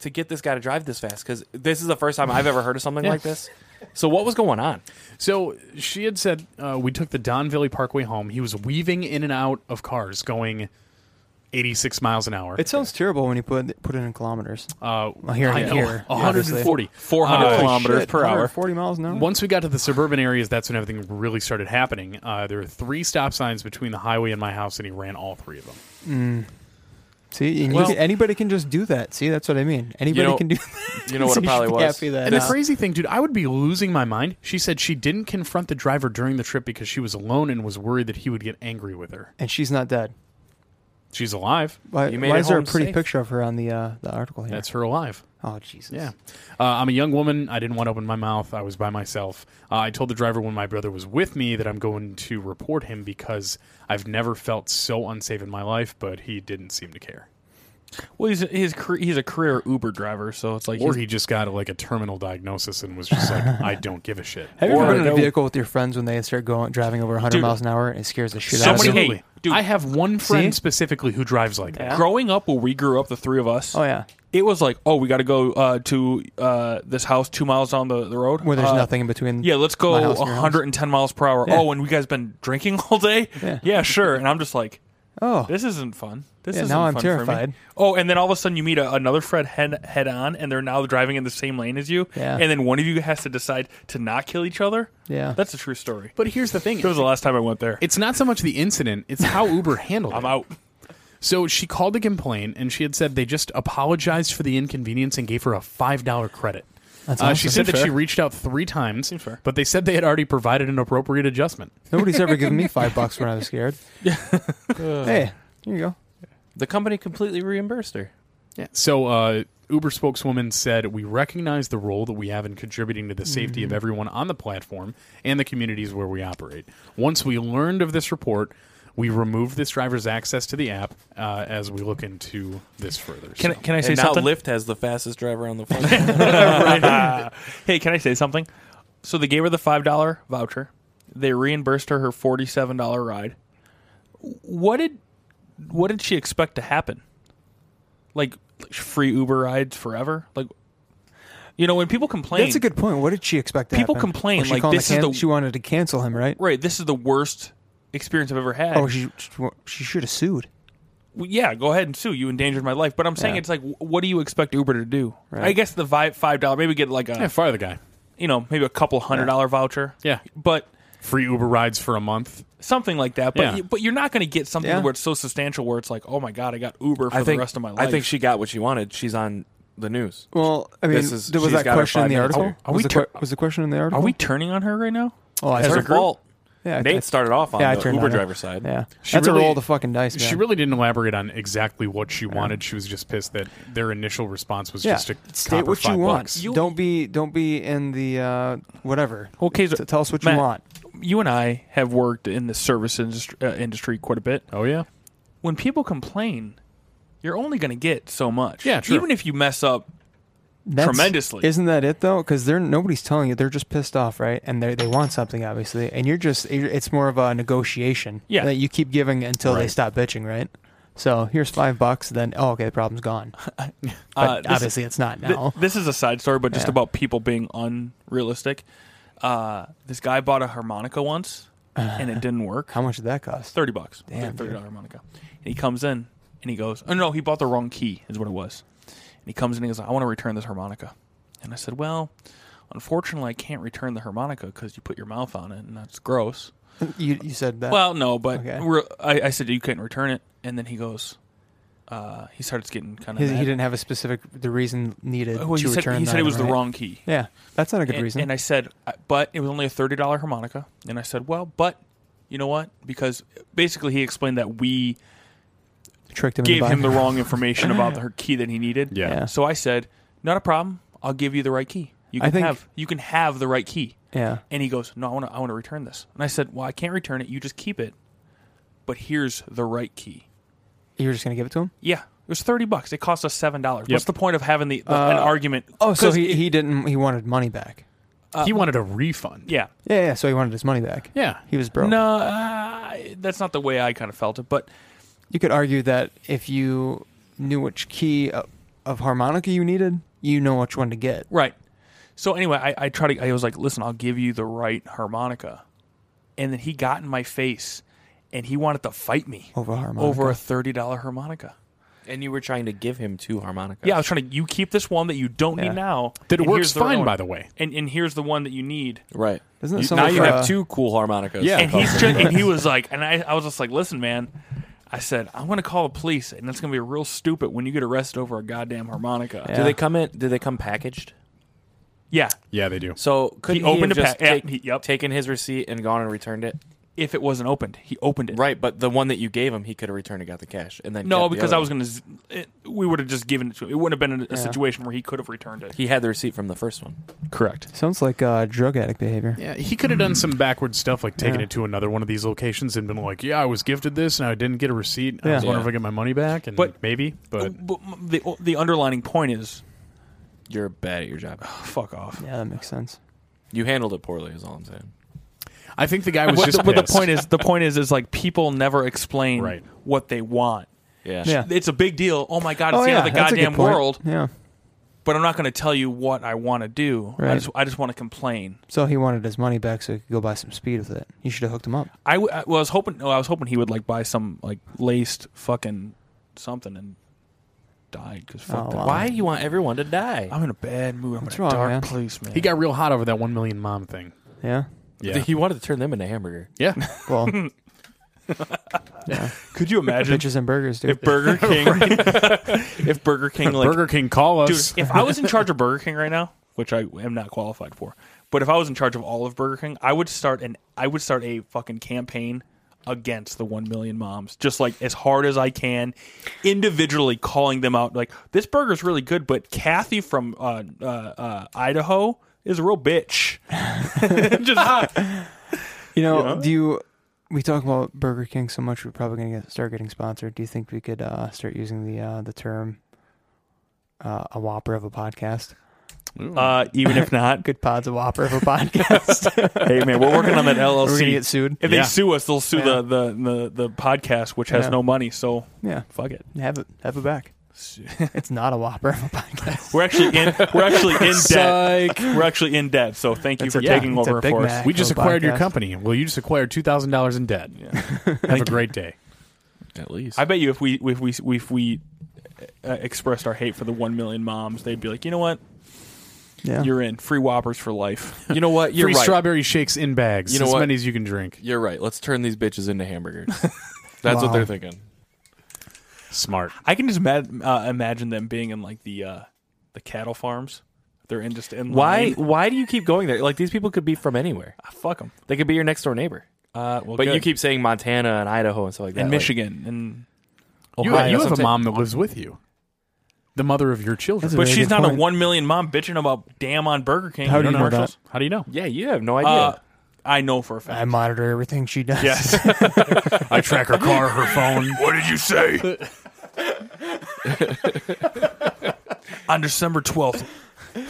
to get this guy to drive this fast? Because this is the first time I've ever heard of something like this. So what was going on? So she had said uh, we took the Don Valley Parkway home. He was weaving in and out of cars, going 86 miles an hour. It sounds terrible when you put put it in kilometers. uh, here I and know, here, 140, 400 Oh, Uh, kilometers per hour. 40 miles an hour. Once we got to the suburban areas, that's when everything really started happening. Uh, there were three stop signs between the highway and my house, and he ran all three of them. See, and you Well- can- anybody can just do that. See, that's what I mean. Anybody know- can do. That. you know what So it probably should be was? Happy that And the uh, crazy thing, dude, I would be losing my mind. She said she didn't confront the driver during the trip because she was alone and was worried that he would get angry with her. and she's not dead. She's alive. Why, You made why it is there a home pretty safe. picture of her on the uh, the article here? That's her alive. oh Jesus. Yeah. Uh, I'm a young woman. I didn't want to open my mouth. I was by myself. Uh, I told the driver when my brother was with me that I'm going to report him because I've never felt so unsafe in my life, but he didn't seem to care. Well, he's he's cre- he's a career Uber driver, so it's like Or he's- he just got like a terminal diagnosis and was just like, I don't give a shit. Have you Or- ever been in a no. vehicle with your friends when they start going driving over 100 Dude. miles an hour and it scares the shit out of Somebody- you? hey, Absolutely. dude. I have one friend specifically who drives like that. growing up where we grew up, the three of us. Oh yeah, It was like, oh, we got to go uh, to uh, this house two miles down the, the road where there's Uh, nothing in between. Yeah, let's my go house and your house. 110 miles per hour. Yeah. Oh, and we guys been drinking all day. Yeah. sure. And I'm just like, Oh, this isn't fun. This Yeah, isn't now I'm fun For terrified. me. Oh, and then all of a sudden you meet a, another Fred head head on, and they're now driving in the same lane as you. Yeah. And then one of you has to decide to not kill each other. Yeah. that's a true story. But here's the thing. That was the last time I went there. It's not so much the incident, it's how Uber handled it. I'm out. So she called to complain, and she had said they just apologized for the inconvenience and gave her a five dollar credit. That's Uh, awesome. She said that Seems she fair. reached out three times, fair. but they said they had already provided an appropriate adjustment. nobody's ever given me five bucks when I was scared. hey, here you go. The company completely reimbursed her. Yeah. So uh, Uber spokeswoman said, "We recognize the role that we have in contributing to the safety Mm-hmm. of everyone on the platform and the communities where we operate. Once we learned of this report." We removed this driver's access to the app uh, as we look into this further. Can I, So- can I say and now something? Lyft has the fastest driver on the phone. hey, can I say something? So they gave her the five dollar voucher. They reimbursed her her forty seven dollar ride. What did what did she expect to happen? Like free Uber rides forever? Like you know when people complain, That's a good point. What did she expect? To People happen? complain, Was she like, calling this to is can- the- she wanted to cancel him, right? right? This is the worst experience I've ever had. Oh, she she should have sued. Well, yeah, go ahead and sue. You endangered my life. But I'm saying Yeah. it's like, wh- what do you expect Uber to do? Right. I guess the vi- five dollar, maybe get like a yeah, fire the guy. you know maybe a couple hundred dollar voucher. Yeah. but Free Uber rides for a month. something like that. But Yeah. you- but you're not going to get something Yeah. where it's so substantial where it's like, oh my god, I got Uber for I think the rest of my life. I think she got what she wanted. She's on the news. Well, I mean, This is- there was she's that got her question in five the minutes article. here. Are was, we the, tur- que- was the question in the article? are we turning on her right now? Oh, I As turned- her fault. Yeah, I- Nate I- started off on yeah, I the turned Uber on it. driver side. Yeah, She that's a really- roll of the fucking dice. Man. She really didn't elaborate on exactly what she wanted. She was just pissed that their initial response was yeah. just a State copper what you five want. bucks. You- don't be don't be in the uh, whatever. Okay, so- T- tell us what Matt. you want. You and I have worked in the service industry, uh, industry quite a bit. Oh yeah, When people complain, you're only going to get so much. Yeah, true. Even if you mess up, That's- Tremendously. Isn't that it though? Because they're nobody's telling you. They're just pissed off, right? And they they want something obviously, and you're just it's more of a negotiation. Yeah. that you keep giving until they stop bitching, right? So here's five bucks. Then oh, okay, the problem's gone. uh, But this- obviously, it's not Th- now. this is a side story, but just Yeah. about people being unrealistic. Uh, this guy bought a harmonica once, and it didn't work. How much did that cost? Thirty bucks. It was Damn, a thirty dude. dollar harmonica. And he comes in and he goes, "Oh no, he bought the wrong key," is what it was. And he comes in and he goes, "I want to return this harmonica." And I said, "Well, unfortunately, I can't return the harmonica because you put your mouth on it, and that's gross." You you said that. Well, no, but Okay. we're, I, I said you couldn't return it, and then he goes, uh, he starts getting kind of. he, he didn't have a specific the reason needed Well, to he said, return. he said that, it was right? the wrong key. Yeah, that's not a good and, reason. and I said, I- but it was only a thirty dollar harmonica. And I said, well, but you know what? Because basically, he explained that we tricked him. into gave him buying the it. wrong information about the her key that he needed. yeah. Yeah. So I said, not a problem. I'll give you the right key. You I can think- have you can have the right key. Yeah, And he goes, no, I want to I want to return this. And I said, well, I can't return it. You just keep it. But here's the right key. you were just gonna give it to him. Yeah. It was thirty bucks. It cost us seven dollars. Yep. What's the point of having the, the- an Uh, argument? Oh, so 'Cause he, it- he didn't. He wanted money back. he wanted a refund. yeah. Yeah, yeah. So he wanted his money back. Yeah. he was broke. No, uh, that's not the way I kind of felt it. But you could argue that if you knew which key of, of harmonica you needed, you know which one to get. Right. So anyway, I, I tried to, I was like, listen, I'll give you the right harmonica. And then he got in my face and he wanted to fight me Over a harmonica. over a $30 harmonica. And you were trying to give him two harmonicas. Yeah, I was trying to, you keep this one that you don't Yeah. need now. That and here's works fine, one- by the way. And, and here's the one that you need. Right. Doesn't it You- sound now like uh, you for have a- two cool harmonicas. Yeah. And he's just, and he was like, and I, I was just like, listen, man, I said, I'm going to call the police and it's going to be real stupid when you get arrested over a goddamn harmonica. Yeah. Do they come in? Do they come packaged? Yeah. Yeah, they do. So could he, opened have a just pack- yeah, take- he- yep. taken his receipt and gone and returned it? if it wasn't opened. He opened it. Right, but the one that you gave him, he could have returned and got the cash, and then No, kept the because other I was one. going to. We would have just given it to him. It wouldn't have been a, a situation where he could have returned it. He had the receipt from the first one. Correct. Sounds like uh, drug addict behavior. Yeah, he Mm. could have done some backward stuff like taking it to another one of these locations and been like, "Yeah, I was gifted this and I didn't get a receipt. I was Yeah. wondering if I get my money back." And But- maybe, but But m- the the underlining point is, You're bad at your job. fuck off. Yeah, that makes sense. You handled it poorly. Is all I'm saying. I think the guy was But just the, but the pissed. point is, the point is, is like people never explain Right. what they want. Yeah. Yeah. It's a big deal. Oh my god, it's oh, the yeah, end of the that's a good goddamn point. world. Yeah. But I'm not going to tell you what I want to do. I Right. just I just want to complain. So he wanted his money back so he could go buy some speed with it. You should have hooked him up. I, w- I- well, I was hoping. Oh, I was hoping he would like buy some like laced fucking something and died because fuck Oh, that. wow. Why you want everyone to die? I'm in a bad mood. I'm What's in a wrong, dark man? place, man. he got real hot over that one million mom thing. Yeah. Yeah, He wanted to turn them into hamburger. yeah. Well, Could you imagine bitches and burgers, dude. if Burger King, if Burger King, like, Burger King call dude, us. if I was in charge of Burger King right now, which I am not qualified for, but if I was in charge of all of Burger King, I would start an I would start a fucking campaign against the one million moms, just like as hard as I can, individually calling them out. Like this burger's really good, but Kathy from uh, uh, uh, Idaho is a real bitch. just You know, do you? We talk about Burger King so much, we're probably gonna get, start getting sponsored. Do you think we could uh, start using the uh, the term uh, "a whopper of a podcast"? uh, even if not, Good pods, a whopper of a podcast. hey man, we're working on that we're gonna LLC. get sued. If Yeah. they sue us, they'll sue Yeah. the, the, the, the podcast, which has Yeah. no money. So Yeah, fuck it. have it, have it back. it's not a whopper of a podcast. We're actually in. We're actually in debt. Psych. We're actually in debt. So thank you It's for a- yeah, taking it's a over Big for us. Mac. We just Actual acquired your podcast. company. Well, you just acquired two thousand dollars in debt. Have a great day. At least. I bet you if we if we if we uh, expressed our hate for the one million moms, they'd be like, you know what, Yeah, you're in free whoppers for life. you know what? You're Free right. strawberry shakes in bags. You know as what? many as you can drink. You're right. Let's turn these bitches into hamburgers. That's Wow. what they're thinking. Smart. I can just ma- uh, imagine them being in like the uh, the cattle farms. They're in just in Why? line. Why do you keep going there? Like these people could be from anywhere. Ah, fuck them. They could be your next door neighbor. Uh, well, But you good. keep saying Montana and Idaho and stuff like that. in like- Michigan and You, Ohio, you have a sometime- mom that lives with you. The mother of your children. That's But Very she's good not a point. one million mom bitching about damn on Burger King. How do don't you know that? commercials? How do you know? Yeah, you have no idea. Uh, I know for a fact. I monitor everything she does. yes. I track her car, her phone. What did you say? on December twelfth,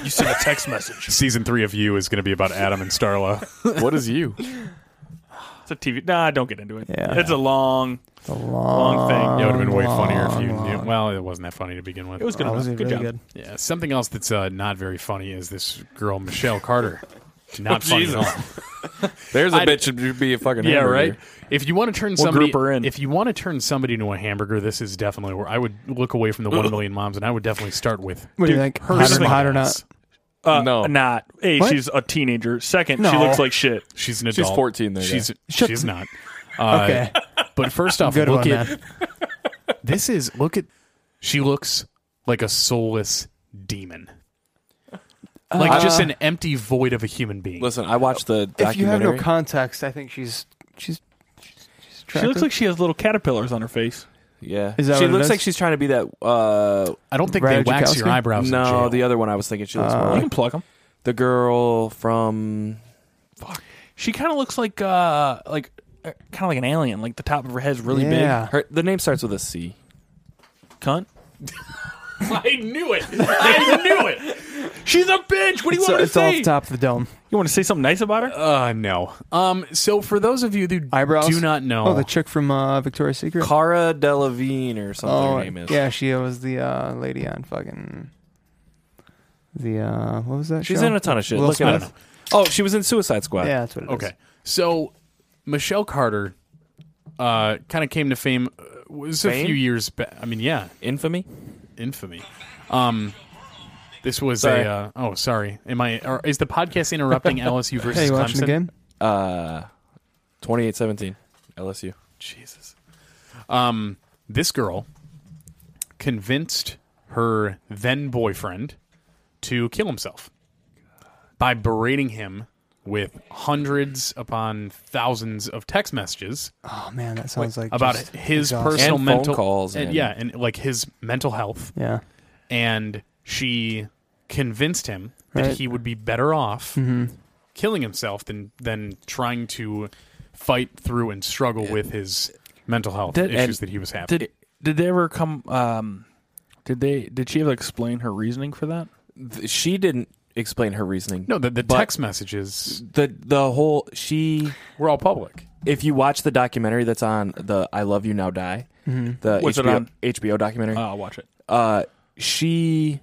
you sent a text message. Season three of You is going to be about Adam and Starla. what is you? It's a TV. Nah, don't get into it. Yeah. It's a long. It's a long, Long thing. That would have been way long, funnier if you long- knew. Well, it wasn't that funny to begin with. It was good That enough. was Good job. really good. Yeah. Something else that's uh, not very funny is this girl Michelle Carter. Not funny at all. There's a I'd- bitch that should be a fucking Oh, Yeah, hamburger. right. If you want to turn somebody, group her in. if you want to turn somebody into a hamburger, this is definitely where I would look away from the one million moms, and I would definitely start with What do you Dude, think? her Hot or, thing- hot or not? Yes. Uh, No. not. A, What? she's a teenager. Second, she No. looks like shit. She's an She's adult. 14 there, She's Shut- she's not. Uh, Okay. But first off, Good look one, at man. this is look at she looks like a soulless demon. Like just an empty void of a human being. Uh, Listen, I watched the documentary. If you have no context, I think she's she's she's. She looks like she has little caterpillars on her face. yeah, Is that she what it looks is? like she's trying to be that. Uh, I don't think Raya they wax your Jakowski? eyebrows. in no, jail. the other one I was thinking she looks Uh, more You like can pluck them. the girl from. She kind of looks like uh like uh, kind of like an alien. Like the top of her head's really yeah. Her, the name starts with a C. big. Cunt. I knew it. I knew it. She's a bitch. What do you It's, want me to it's all say? off the top of the dome. You want to say something nice about her? Uh no. Um so for those of you who Eyebrows. do not know Oh, the chick from uh, Victoria's Secret. Cara Delevingne or something oh, her name is. yeah, she was the uh, lady on fucking the uh, what was that? she's show? in a ton of shit. Will Look at her. Smith? Oh, she was in Suicide Squad. Yeah, that's what it is. Okay. So Michelle Carter uh kind of came to fame uh, was a Fame? few years back. I mean, yeah, Infamy. infamy. Um this was Sorry. a uh, oh sorry. Am I or is the podcast interrupting LSU versus Hey, you watching Clemson? the game? Uh, twenty-eight seventeen. LSU. Jesus. Um, this girl convinced her then boyfriend to kill himself by berating him with hundreds upon thousands of text messages Oh man, that sounds like about just his exhausting. personal And phone mental calls and, and- yeah, and like his mental health. Yeah, And she convinced him that Right. he would be better off killing himself than than trying to fight through and struggle with his mental health Did- issues and- that he was having. Did did they ever come? Um, did they? Did she ever explain her reasoning for that? Th- She didn't explain her reasoning. no, the, the but text messages the the whole she. were all public. If you watch the documentary that's on the "I Love You Now Die," the What's it HBO, on? HBO documentary, Uh, I'll watch it. uh, she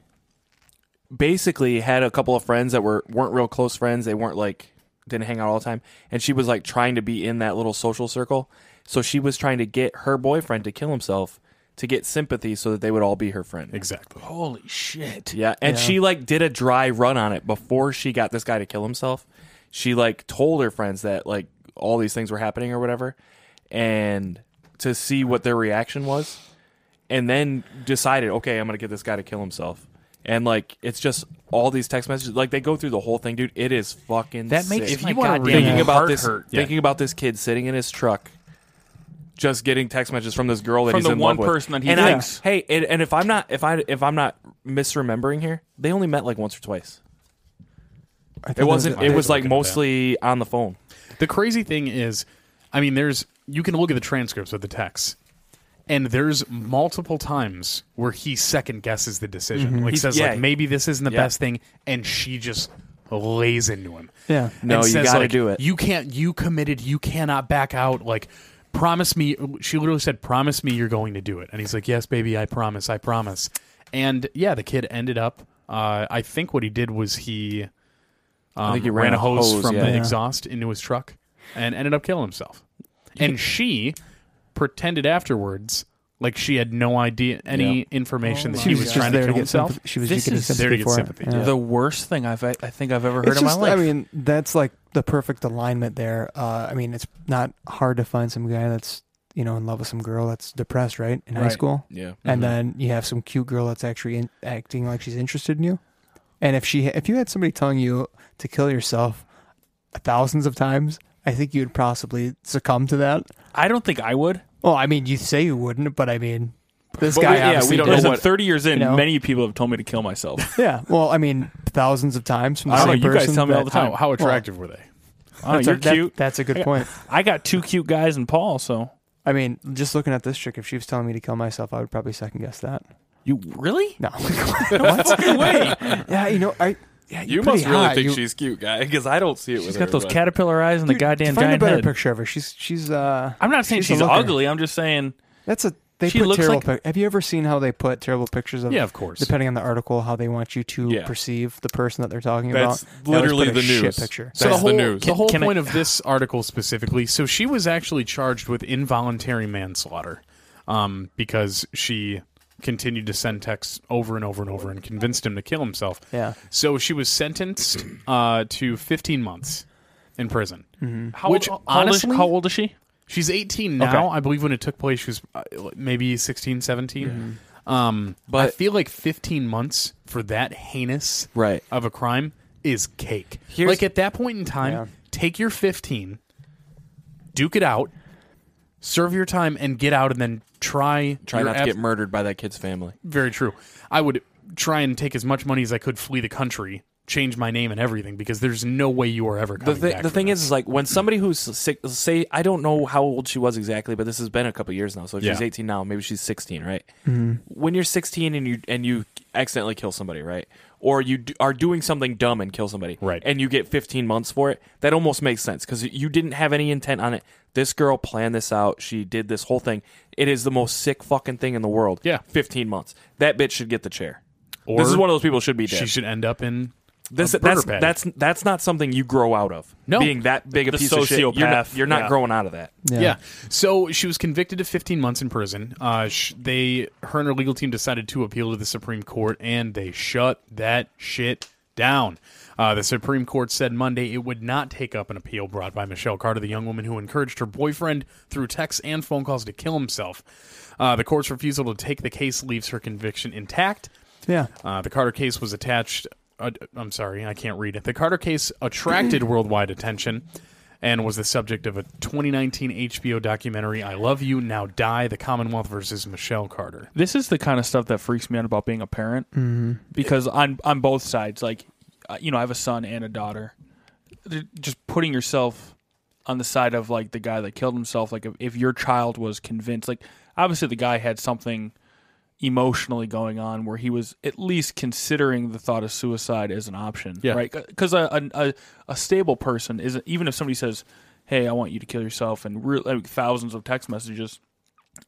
basically had a couple of friends that were weren't real close friends. They weren't like didn't hang out all the time, and she was like trying to be in that little social circle. So she was trying to get her boyfriend to kill himself to get sympathy, so that they would all be her friend. Exactly. Holy shit! Yeah, and she like did a dry run on it before she got this guy to kill himself. She like told her friends that like all these things were happening or whatever, and to see what their reaction was, and then decided, okay, I'm gonna get this guy to kill himself. And like, it's just all these text messages. Like they go through the whole thing, dude. It is fucking That makes sick. my wanna goddamn thinking about heart this, hurt. thinking about this kid sitting in his truck. Just getting text messages from this girl that From he's the in one love with. person that he and I- thinks- Hey, and, and if I'm not if I if I'm not misremembering here, they only met like once or twice. I think It that wasn't. It was like Look at mostly on the phone. The crazy thing is, I mean, there's you can look at the transcripts of the texts, and there's multiple times where he second guesses the decision. Like says yeah. like maybe this isn't the Yeah. best thing, and she just lays into him. Yeah. No, And you says, gotta like, do it. You can't. You committed. You cannot back out. Like. Promise me, she literally said, Promise me you're going to do it. And he's like, Yes, baby, I promise, I promise. And yeah, the kid ended up, uh, I think what he did was he um, think he ran, a hose, from yeah. the Yeah. exhaust into his truck and ended up killing himself. And she pretended afterwards like she had no idea any information that She he was was Oh, just trying to there to kill get himself. sympathy. She was This just getting is- sympathy there to get for him. sympathy, Yeah. The worst thing I've I I think I've ever heard It's in just, my life. I mean, that's like the perfect alignment there. Uh, I mean, it's not hard to find some guy that's you know in love with some girl that's depressed, right, in high Right. Mm-hmm. school, Yeah. and uh, then you have some cute girl that's actually in, acting like she's interested in you. And if she, if you had somebody telling you to kill yourself thousands of times, I think you'd possibly succumb to that. I don't think I would. Well, I mean, you say you wouldn't, but I mean, this But guy. we- yeah, we obviously don't know does. Listen, what- thirty years in, you know? many people have told me to kill myself. Yeah, well, I mean, thousands of times from the I don't know, same you guys person tell me all that- the time. How, how attractive were they? I don't know, Oh, you're That- cute. that's a good I got- point. I got two cute guys and Paul, so I mean, just looking at this chick, if she was telling me to kill myself, I would probably second guess that. you really? No. what? Yeah, you know, I. Yeah, you're pretty hot. You- cute, guy, because I don't see it. She's got those caterpillar eyes and the Dude, goddamn find giant a better head. picture of her. She's she's. uh I'm not saying She's she's, a looker. ugly. I'm just saying That's a. They She put looks terrible. like- pic- have you ever seen how they put terrible pictures of? Yeah, of course. Depending on the article, how they want you to Yeah. perceive the person that they're talking That's about. They always literally put the a shit news. picture. So the whole, the news. the whole can I- point of this article specifically, so she was actually charged with involuntary manslaughter um, because she continued to send texts over and over and over and convinced him to kill himself. Yeah. So she was sentenced uh, to 15 months in prison. how Mm-hmm. Which, old, how old is- honestly- how old is she? She's 18 now. I believe when it took place, she was uh, maybe 16, 17. Um, but I But- feel like 15 months for that heinous Right. of a crime is cake. Here's- like at that point in time, Yeah. take your 15, duke it out, serve your time, and get out, and then try Try your not ab- to get murdered by that kid's family. Very true. I would try and take as much money as I could, flee the country, change my name and everything, because there's no way you are ever The, coming thi- back. the from thing that. is, is like when somebody who's sick, say, I don't know how old she was exactly, but this has been a couple years now. So if she's Yeah. 18 now, maybe she's 16, right? When you're 16 and you and you accidentally kill somebody, right? Or you d- are doing something dumb and kill somebody, Right. And you get 15 months for it. That almost makes sense because you didn't have any intent on it. This girl planned this out. She did this whole thing. It is the most sick fucking thing in the world. Yeah. 15 months. That bitch should get the chair. Or this is one of those people who should be dead. she should end up in. This, a burger that's patty. that's that's not something you grow out of. No. being that big a The piece of shit, you're not, sociopath. you're not Yeah. growing out of that. Yeah. So she was convicted of 15 months in prison. Uh, sh- they, her and her legal team decided to appeal to the Supreme Court, and they shut that shit down. Uh, the Supreme Court said Monday it would not take up an appeal brought by Michelle Carter, the young woman who encouraged her boyfriend through texts and phone calls to kill himself. Uh, the court's refusal to take the case leaves her conviction intact. Yeah. Uh, the Carter case was attached uh, I'm sorry, I can't read it. The Carter case attracted worldwide attention and was the subject of a 2019 HBO documentary, I Love You, Now Die, The Commonwealth versus Michelle Carter. This is the kind of stuff that freaks me out about being a parent because on on both sides, like uh, you know, I have a son and a daughter. They're Just putting yourself on the side of like the guy that killed himself, like if, if your child was convinced, like obviously the guy had something emotionally going on where he was at least considering the thought of suicide as an option, Yeah. right? Because a, a a a stable person is even if somebody says, "Hey, I want you to kill yourself," and re- like, thousands of text messages,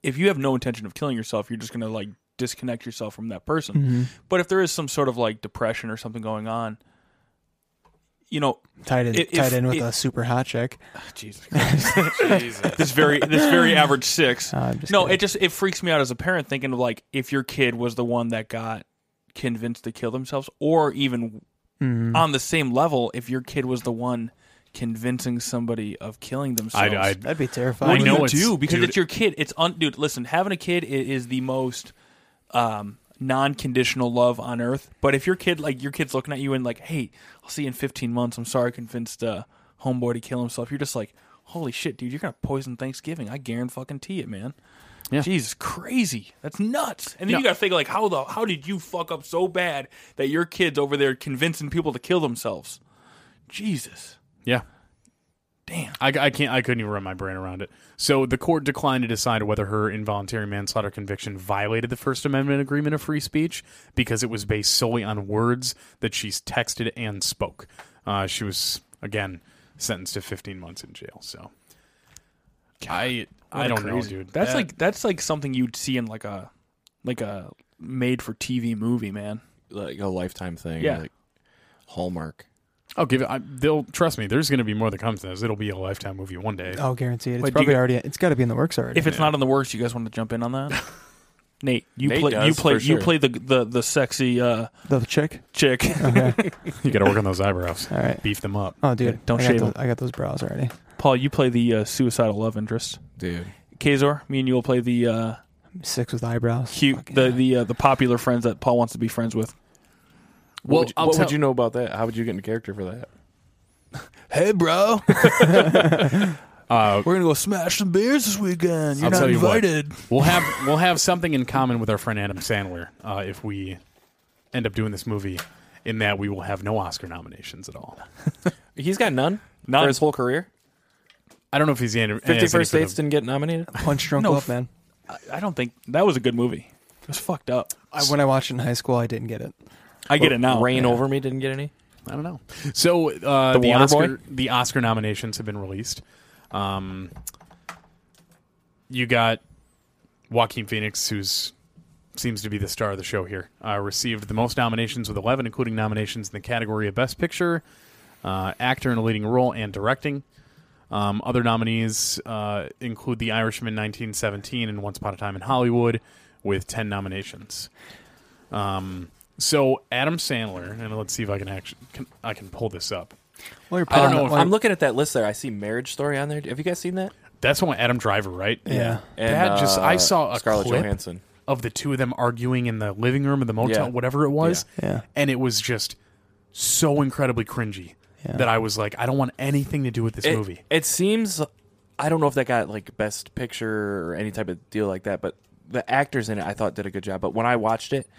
if you have no intention of killing yourself, you're just going to like disconnect yourself from that person. Mm-hmm. But if there is some sort of like depression or something going on, you know, Tied in, If- tied in with if- a super hot chick. Jesus, this very this very average six. I'm just no, kidding. it just it freaks me out as a parent thinking of like if your kid was the one that got convinced to kill themselves, or even Mm-hmm. on the same level, if your kid was the one convincing somebody of killing themselves. I, I, That'd be what terrifying. I do know you it's- do? Because dude- it's your kid. It's un- dude. Listen, having a kid i- is the most um, non-conditional love on earth. But if your kid, like your kid's looking at you and like, hey, I'll see you in 15 months. I'm sorry, I convinced uh, homeboy to kill himself. You're just like, holy shit, dude, you're gonna poison Thanksgiving. I guarantee fucking tea it, man. Jesus, crazy. That's nuts. And then you No. gotta think like, how the how did you fuck up so bad that your kid's over there convincing people to kill themselves? Jesus, yeah. damn. I, I can't. I couldn't even run my brain around it. So the court declined to decide whether her involuntary manslaughter conviction violated the First Amendment agreement of free speech because it was based solely on words that she's texted and spoke. Uh, she was again sentenced to 15 months in jail. So I I don't know, dude. That's That- like that's like something you'd see in like a like a made for TV movie, man. like a lifetime thing. Yeah. like Hallmark. I'll give it. I, they'll trust me. There's going to be more that comes to this. It'll be a lifetime movie one day. Oh. I'll guarantee it. It's Wait, do you probably get- already. It's got to be in the works already. If it's not in the works, you guys want to jump in on that? Nate, you Nate play you does, play for you sure. play the the the sexy uh, the chick. chick. You got to work on those eyebrows. All right. Beef them up. Oh, dude, Don't I got shave those- it. I got those brows already. Paul, you play the uh, suicidal love interest. Dude, Kazor, me and you will play the uh, Six with eyebrows. cute Fucking the hell. the uh, the popular friends that Paul wants to be friends with. what, Well, would, you, I'll what tell- would you know about that? How would you get into character for that? Hey, bro, Uh, we're gonna go smash some beers this weekend. I'll tell you what. We'll have we'll have something in common with our friend Adam Sandler uh, if we end up doing this movie. In that we will have no Oscar nominations at all. He's got none. None. for his whole career. I don't know if he's the end. Fifty First Dates didn't get nominated. punch drunk No, love man. I don't think that was a good movie. It was fucked up. I, when I watched it in high school, I didn't get it. I get it now. Rain over me didn't get any. I don't know. So uh, the, The Waterboy? Oscar the Oscar nominations have been released. Um, you got Joaquin Phoenix, who's seems to be the star of the show here. Uh, received the most nominations with eleven, including nominations in the category of Best Picture, uh, Actor in a Leading Role, and Directing. Um, other nominees uh, include The Irishman, 1917, and Once Upon a Time in Hollywood, with ten nominations. Um, so Adam Sandler, and let's see if I can actually can, I can pull this up. Well, you're I don't know if- well, I'm looking at that list there. I see Marriage Story on there. Have you guys seen that? That's one Adam Driver, right? Yeah. And, that just I uh, saw a Scarlett clip Johansson. of the two of them arguing in the living room of the motel, Yeah. whatever it was, Yeah. and it was just so incredibly cringy Yeah. that I was like, I don't want anything to do with this It- movie. It seems I don't know if that got like best picture or any type of deal like that, but the actors in it I thought did a good job. But when I watched it,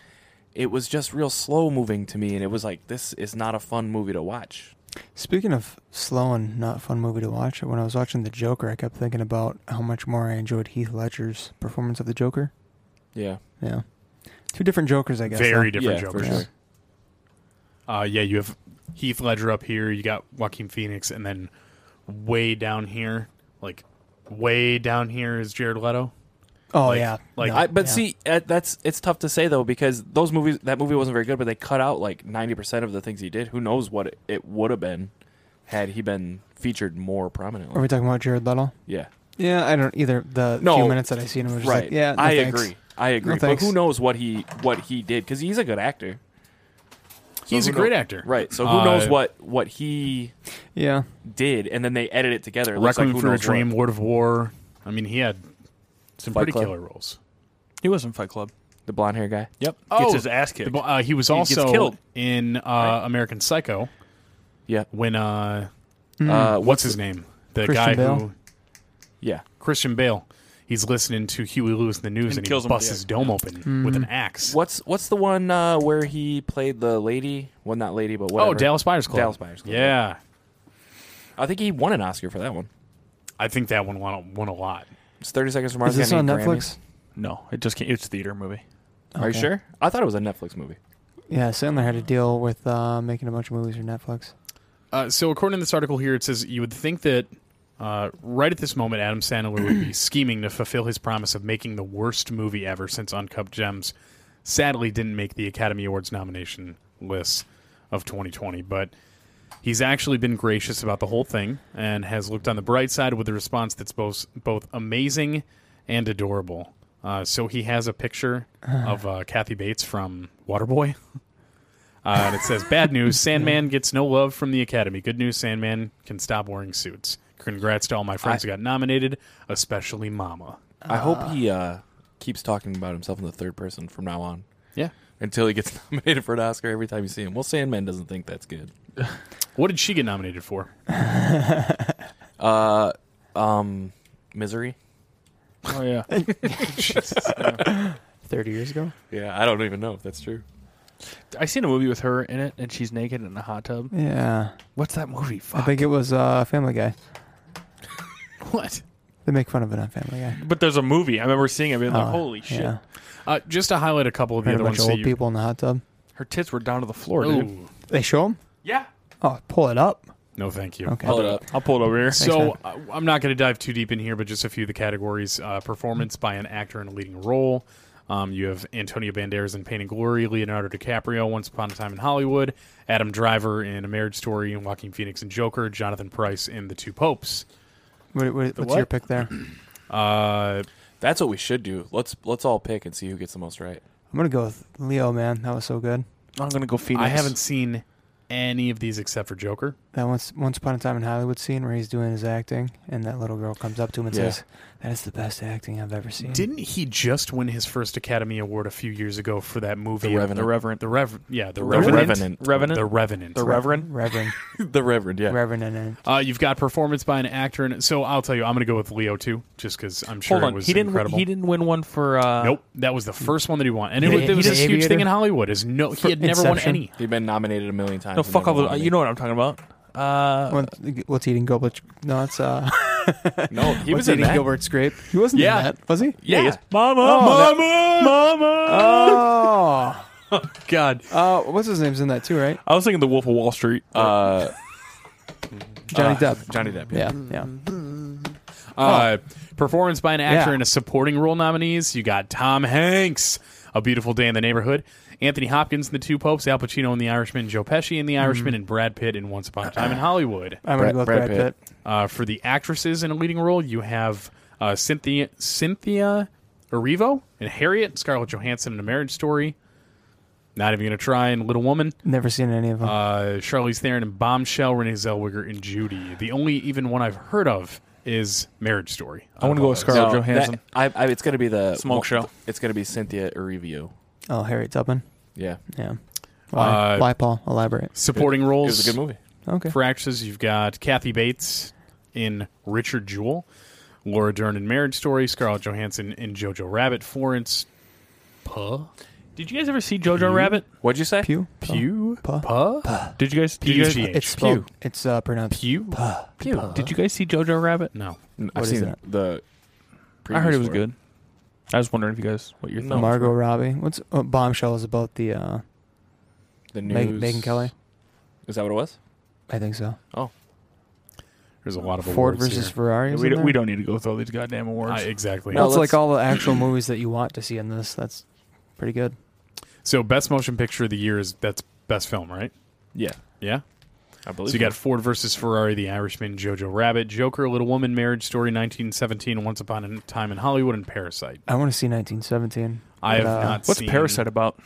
it was just real slow moving to me, and it was like this is not a fun movie to watch. Speaking of slow and not fun movie to watch, when I was watching The Joker, I kept thinking about how much more I enjoyed Heath Ledger's performance of the Joker. Yeah, Yeah. Two different Jokers, I guess. Very huh? different yeah, for Jokers. sure. Uh, yeah, you have Heath Ledger up here, you got Joaquin Phoenix, and then way down here, like way down here is Jared Leto. Oh Like- yeah. like- I, but yeah. see, uh, that's it's tough to say though because those movies, that movie wasn't very good, but they cut out like ninety percent of the things he did. Who knows what it, it would have been had he been featured more Are prominently? we talking about Jared Leto? Yeah, Yeah, I don't either. The No. few minutes that I seen him, I was just right. like, yeah, no I thanks. agree. I agree. but thanks. who knows what he what he did? Because he's a good actor. He's a who great know- actor, Right. So who Uh, knows what what he Yeah, did, and then they edit it together. It looks like Requiem who for a knows what. Dream, Lord of War. I mean, he had some Fight pretty Club. killer roles. He was in Fight Club. the blonde hair guy. Yep. Oh, Gets his ass kicked. the bo- uh, he was gets also killed. in uh, American Psycho Yeah. when uh, Mm. Uh, what's his name? The Christian guy Bale? who Yeah. Christian Bale. He's listening to Huey Lewis in the news And and, kills he him busts with the his dome open Hmm. with an axe. What's what's the one uh, where he played the lady? Well, not lady, but whatever. Oh, Dallas Buyers Club. Dallas Buyers Club. Yeah, I think he won an Oscar for that one. I think that one won a, won a lot. It's Thirty Seconds to Mars. Is this got on any Netflix? no, it just can't, it's a theater movie. Grammys. Are you Okay. sure? I thought it was a Netflix movie. Yeah, Sandler had to deal with uh, making a bunch of movies for Netflix. Uh, so, according to this article here, it says you would think that uh, right at this moment, Adam Sandler would be scheming to fulfill his promise of making the worst movie ever since Uncut Gems. Sadly, didn't make the Academy Awards nomination list of 2020, but he's actually been gracious about the whole thing and has looked on the bright side with a response that's both both amazing and adorable. Uh, so he has a picture of uh, Kathy Bates from Waterboy. Uh, and it says, "Bad news: Sandman gets no love from the Academy. Good news: Sandman can stop wearing suits. Congrats to all my friends who got nominated, especially Mama." I Ah. hope he uh, keeps talking about himself in the third person from now on Yeah. until he gets nominated for an Oscar every time you see him. Well, Sandman doesn't think that's good. What did she get nominated for? Uh, um, Misery. Oh yeah. Thirty years ago. Yeah, I don't even know if that's true. I seen a movie with her in it, and she's naked in a hot tub. Yeah, What's that movie? I Fuck. think it was uh, Family Guy. What? They make fun of it on Family Guy. But there's a movie. I remember seeing it, being like, Oh, "Holy shit!" Yeah. Uh, just to highlight a couple of the And a other bunch of ones. that old you- people in the hot tub. Her tits were down to the floor, dude. Ooh. They show them. Yeah. Oh, pull it up. no, thank you. Uh, Okay. Hold it up. I'll pull it over here. So uh, I'm not going to dive too deep in here, but just a few of the categories: uh, performance by an actor in a leading role. Um, you have Antonio Banderas in Pain and Glory, Leonardo DiCaprio, Once Upon a Time in Hollywood, Adam Driver in A Marriage Story, and Joaquin Phoenix in Joker, Jonathan Price in The Two Popes. What, what, what's your what? pick there? Uh, That's what we should do. Let's let's all pick and see who gets the most right. I'm gonna go with Leo. Man, that was so good. I'm gonna go Phoenix. I haven't seen any of these except for Joker. That once, once upon a time in Hollywood scene where he's doing his acting, and that little girl comes up to him and Yeah. says, "That is the best acting I've ever seen." Didn't he just win his first Academy Award a few years ago for that movie? The Revenant. The Reverend. The Rev- Yeah, The Revenant. Revenant. Revenant. The Revenant. The Reverend. Reverend, the Reverend, yeah. Reverend, and then Uh, you've got performance by an actor, and so I'll tell you, I'm going to go with Leo too, just because I'm sure Hold it on. was He didn't. incredible. He didn't win one for. Uh, Nope, that was the first one that he won, and it, He was, did- it was he a did huge Aviator? thing in Hollywood. Is no, he had never won Inception? any. He's been nominated a million times. No. and Fuck never off. You know what I'm talking about. Uh, What- what's eating Gilbert? No, it's uh, Oh, nominated. No, he what's was in eating that. Gilbert's grape. He wasn't Yeah. in that, was he? Yeah, yeah. Mama. Oh, Mama. Mama. Oh, God. uh, what's his name's in that too, right? I was thinking The Wolf of Wall Street. Uh, Johnny Depp. Johnny Depp. Yeah, yeah. Uh, Oh. performance by an actor Yeah. in a supporting role nominees. You got Tom Hanks, A Beautiful Day in the Neighborhood, Anthony Hopkins in The Two Popes, Al Pacino in The Irishman, Joe Pesci in Mm-hmm. The Irishman, and Brad Pitt in Once Upon a Time in Hollywood. I'm gonna Brad- go with Brad Brad, Pitt. Pitt. Uh, for the actresses in a leading role, you have uh, Cynthia Cynthia Erivo and Harriet, Scarlett Johansson in A Marriage Story. Not even gonna try in Little Woman. Never seen any of them. Uh, Charlize Theron in Bombshell, Renee Zellweger in Judy. The only even one I've heard of is Marriage Story. I want to go with Scarlett No, Johansson. that- I, I, it's going to be the Smoke show. It's going to be Cynthia Erivo. oh, Harriet Tubman. Yeah, Yeah. Why? Uh, Why, Paul? Elaborate. Supporting it roles was a good movie. Okay. for actresses, you've got Kathy Bates in Richard Jewell, Laura Dern in Marriage Story, Scarlett Johansson in Jojo Rabbit, Florence Puh? Did you guys ever see Jojo Rabbit? What'd you say? Pew. Pew? Puh. Puh? Did you guys? Did you guys? P-U-G-H. It's spelled, It's uh, pronounced. Pew? Pew. Did you guys see Jojo Rabbit? No. N- What I've is seen that? the. I heard previous it was word. good. I was wondering if you guys what your No. thoughts. Margot Robbie. What's oh, Bombshell is about the uh, The news. Meg- Megan Kelly. Is that what it was? I think so. There's a lot of Ford awards versus here. Ferrari. We don't, we don't need to go through all these goddamn awards. Uh, exactly. No, That's let's- like all the actual movies that you want to see in this. That's pretty good. So, best motion picture of the year is that's best film, right? Yeah, Yeah. I believe. So you got Ford versus Ferrari, The Irishman, Jojo Rabbit, Joker, Little Woman, Marriage Story, 1917, Once Upon a Time in Hollywood, and Parasite. I want to see 1917. I have but, uh, not What's seen Parasite about?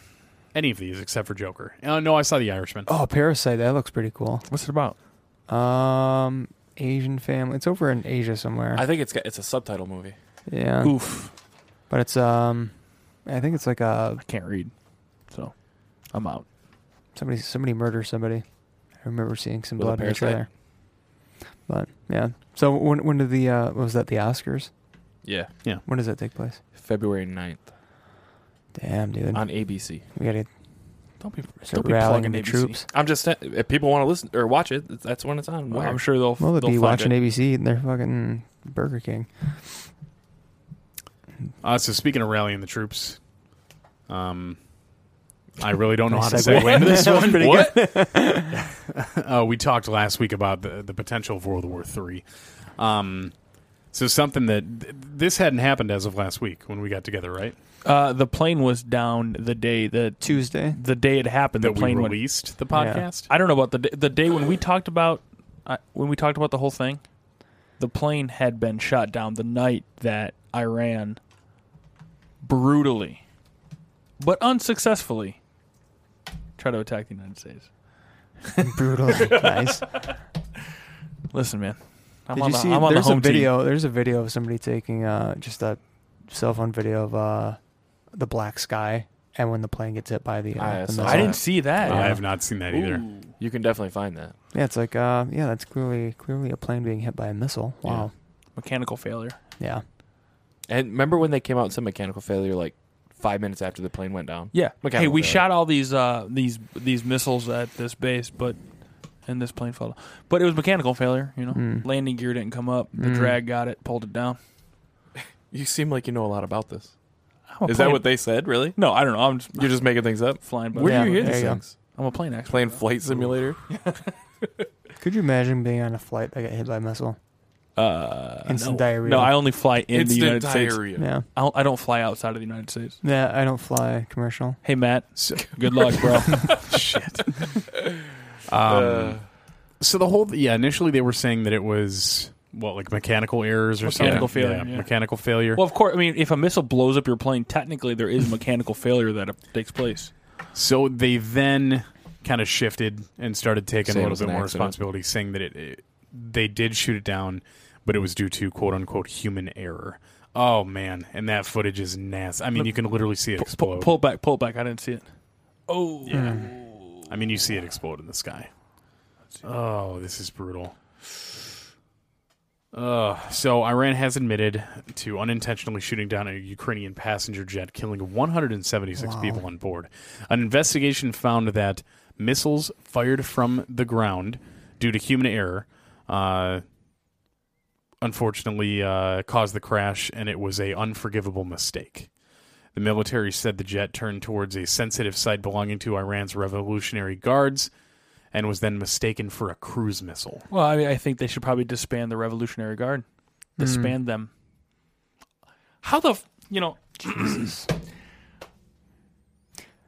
any of these except for Joker. Uh, no, I saw The Irishman. Oh, Parasite. That looks pretty cool. What's it about? Um, Asian family. It's over in Asia somewhere. I think it's got, it's a subtitle movie. yeah, Oof. but it's um, I think it's like uh I can't read, so I'm out. somebody somebody murders somebody. I remember seeing some With a blood in the parasite? trailer. But yeah. So when when did the uh what was that the Oscars? Yeah, When does that take place? February 9th Damn, dude. on ABC. we gotta Don't be start don't be rallying plugging the ABC. troops. I'm just saying, if people want to listen or watch it, that's when it's on. Well, Where? I'm sure they'll Well, they'll they'd be find watching it. ABC and they're fucking Burger King. Uh, so speaking of rallying the troops, um, I really don't know how to Nice segue. segue into this That was one. pretty What? uh, we talked last week about the, the potential of World War III. Um, so something that th- this hadn't happened as of last week when we got together, right? Uh, the plane was down the day the Tuesday. the day it happened. That the we plane went. released the podcast. I don't know about the d- the day when we talked about uh, when we talked about the whole thing. The plane had been shot down the night that Iran brutally, but unsuccessfully, tried to attack the United States. Brutal. nice. Did Listen, man, I'm you on the, see I'm on the there's home a video there's a video of somebody taking uh just a cell phone video of uh the black sky and when the plane gets hit by the, uh, Ah, the I saw team. missile. I didn't see that. I have not seen that either. You can definitely find that. Yeah, it's like uh yeah, that's clearly clearly a plane being hit by a missile. Wow. Mechanical failure. Yeah. And remember when they came out and said mechanical failure like five minutes after the plane went down? Yeah. Mechanical hey, we failure. shot all these uh, these these missiles at this base, but and this plane fell. down. But it was mechanical failure. You know, Hmm. Mm. landing gear didn't come up. The Mm. drag got it, pulled it down. You seem like you know a lot about this. I'm a Is that plane- what they said? Really? No, I don't know. I'm just You're just making things up. flying. By Where Yeah, do you hear there these you go. things? I'm a plane expert. Playing flight simulator. Could you imagine being on a flight that got hit by a missile? Uh, Instant no. diarrhea. No, I only fly in Instant the United States. diarrhea. Yeah. I don't, I don't fly outside of the United States. Yeah, I don't fly commercial. Hey, Matt. Good luck, bro. Um, so the whole yeah, initially they were saying that it was what like mechanical errors or Mechanical something. failure, yeah. Mechanical failure. well, of course. I mean, if a missile blows up your plane, technically there is mechanical failure that takes place. So they then kind of shifted and started taking Say a it little was bit an more accident. responsibility, saying that it, it they did shoot it down, but it was due to quote unquote human error. Oh man, and that footage is nasty. I mean, you can literally see it Pull, explode. pull back, pull back. I didn't see it. Oh, Yeah. I mean, you see it explode in the sky. Oh, this is brutal. Uh, so Iran has admitted to unintentionally shooting down a Ukrainian passenger jet, killing 176 people on board. An investigation found that missiles fired from the ground due to human error, uh, unfortunately, uh, caused the crash, and it was a unforgivable mistake. The military said the jet turned towards a sensitive site belonging to Iran's Revolutionary Guards and was then mistaken for a cruise missile. Well, I mean, I think they should probably disband the Revolutionary Guard. Mm-hmm. Disband them. How the f- you know?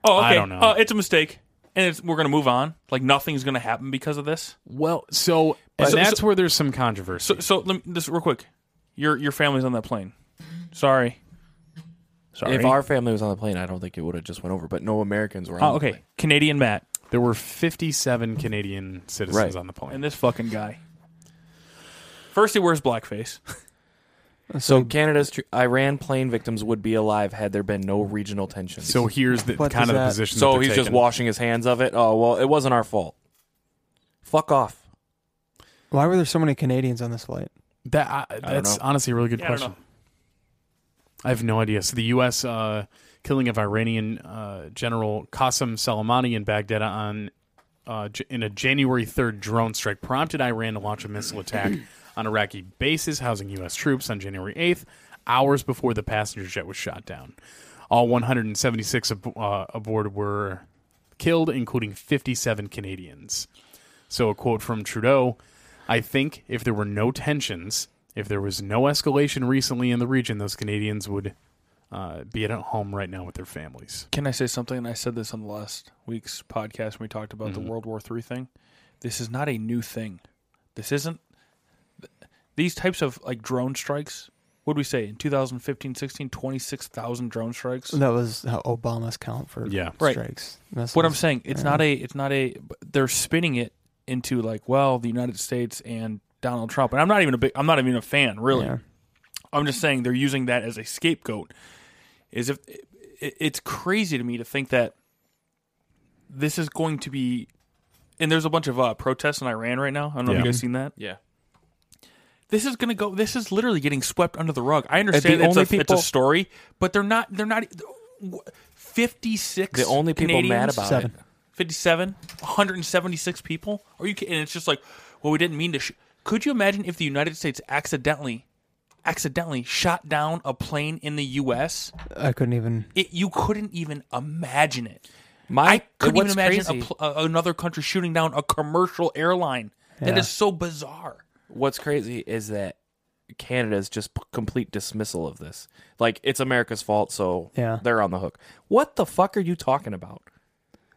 oh, okay. I don't know. Uh, it's a mistake, and it's, we're gonna move on. Like nothing's gonna happen because of this. Well, so, and so- that's so- where there's some controversy. So, so let me just real quick. Your your family's on that plane. Sorry. Sorry. If our family was on the plane, I don't think it would have just went over. But no Americans were. on oh, the okay, plane. Canadian Matt there were 57 Canadian citizens Right. on the plane. and this fucking guy. First, he wears blackface. So Canada's tr- Iran plane victims would be alive had there been no regional tensions. so here's the What kind does of the that- position. that so they're he's just taking. washing his hands of it. Oh well, it wasn't our fault. Fuck off. Why were there so many Canadians on this flight? That I, that's know. honestly a really good Yeah, I don't question. I, have no idea. So the U.S. Uh, killing of Iranian uh, General Qasem Soleimani in Baghdad on uh, j- in a January 3rd drone strike prompted Iran to launch a missile attack on Iraqi bases housing U.S. troops on January 8th, hours before the passenger jet was shot down. All 176 ab- uh, aboard were killed, including 57 Canadians. So, a quote from Trudeau I think if there were no tensions, if there was no escalation recently in the region, those Canadians would uh, be at home right now with their families. Can I say something? And I said this on the last week's podcast when we talked about the World War III thing. This is not a new thing. This isn't th- these types of like drone strikes. What do we say in 2015, 16, 26,000 drone strikes? That was how Obama's count for Yeah. Right. strikes. What I'm saying, it's not a, it's not a. but They're spinning it into like, well, the United States and Donald Trump. And I'm not even a big, I'm not even a fan, really. Yeah. I'm just saying they're using that as a scapegoat. Is if it, it's crazy to me to think that this is going to be. And there's a bunch of uh, protests in Iran right now. I don't know if you Yeah. guys seen that. Yeah. This is gonna go. This is literally getting swept under the rug. I the understand it's a, only it's a people- story, but they're not. They're not. e, Fifty six. The only people Canadians, mad about Seven. it. 57 176 people are you ki- and it's just like well we didn't mean to sh-. could you imagine if the united states accidentally accidentally shot down a plane in the us I couldn't even. it, you couldn't even imagine it My, i couldn't even uh, what's imagine a crazy- pl- a, another country shooting down a commercial airline that Yeah. is so bizarre what's crazy is that Canada's just p- complete dismissal of this. Like it's America's fault, so Yeah. they're on the hook. What the fuck are you talking about?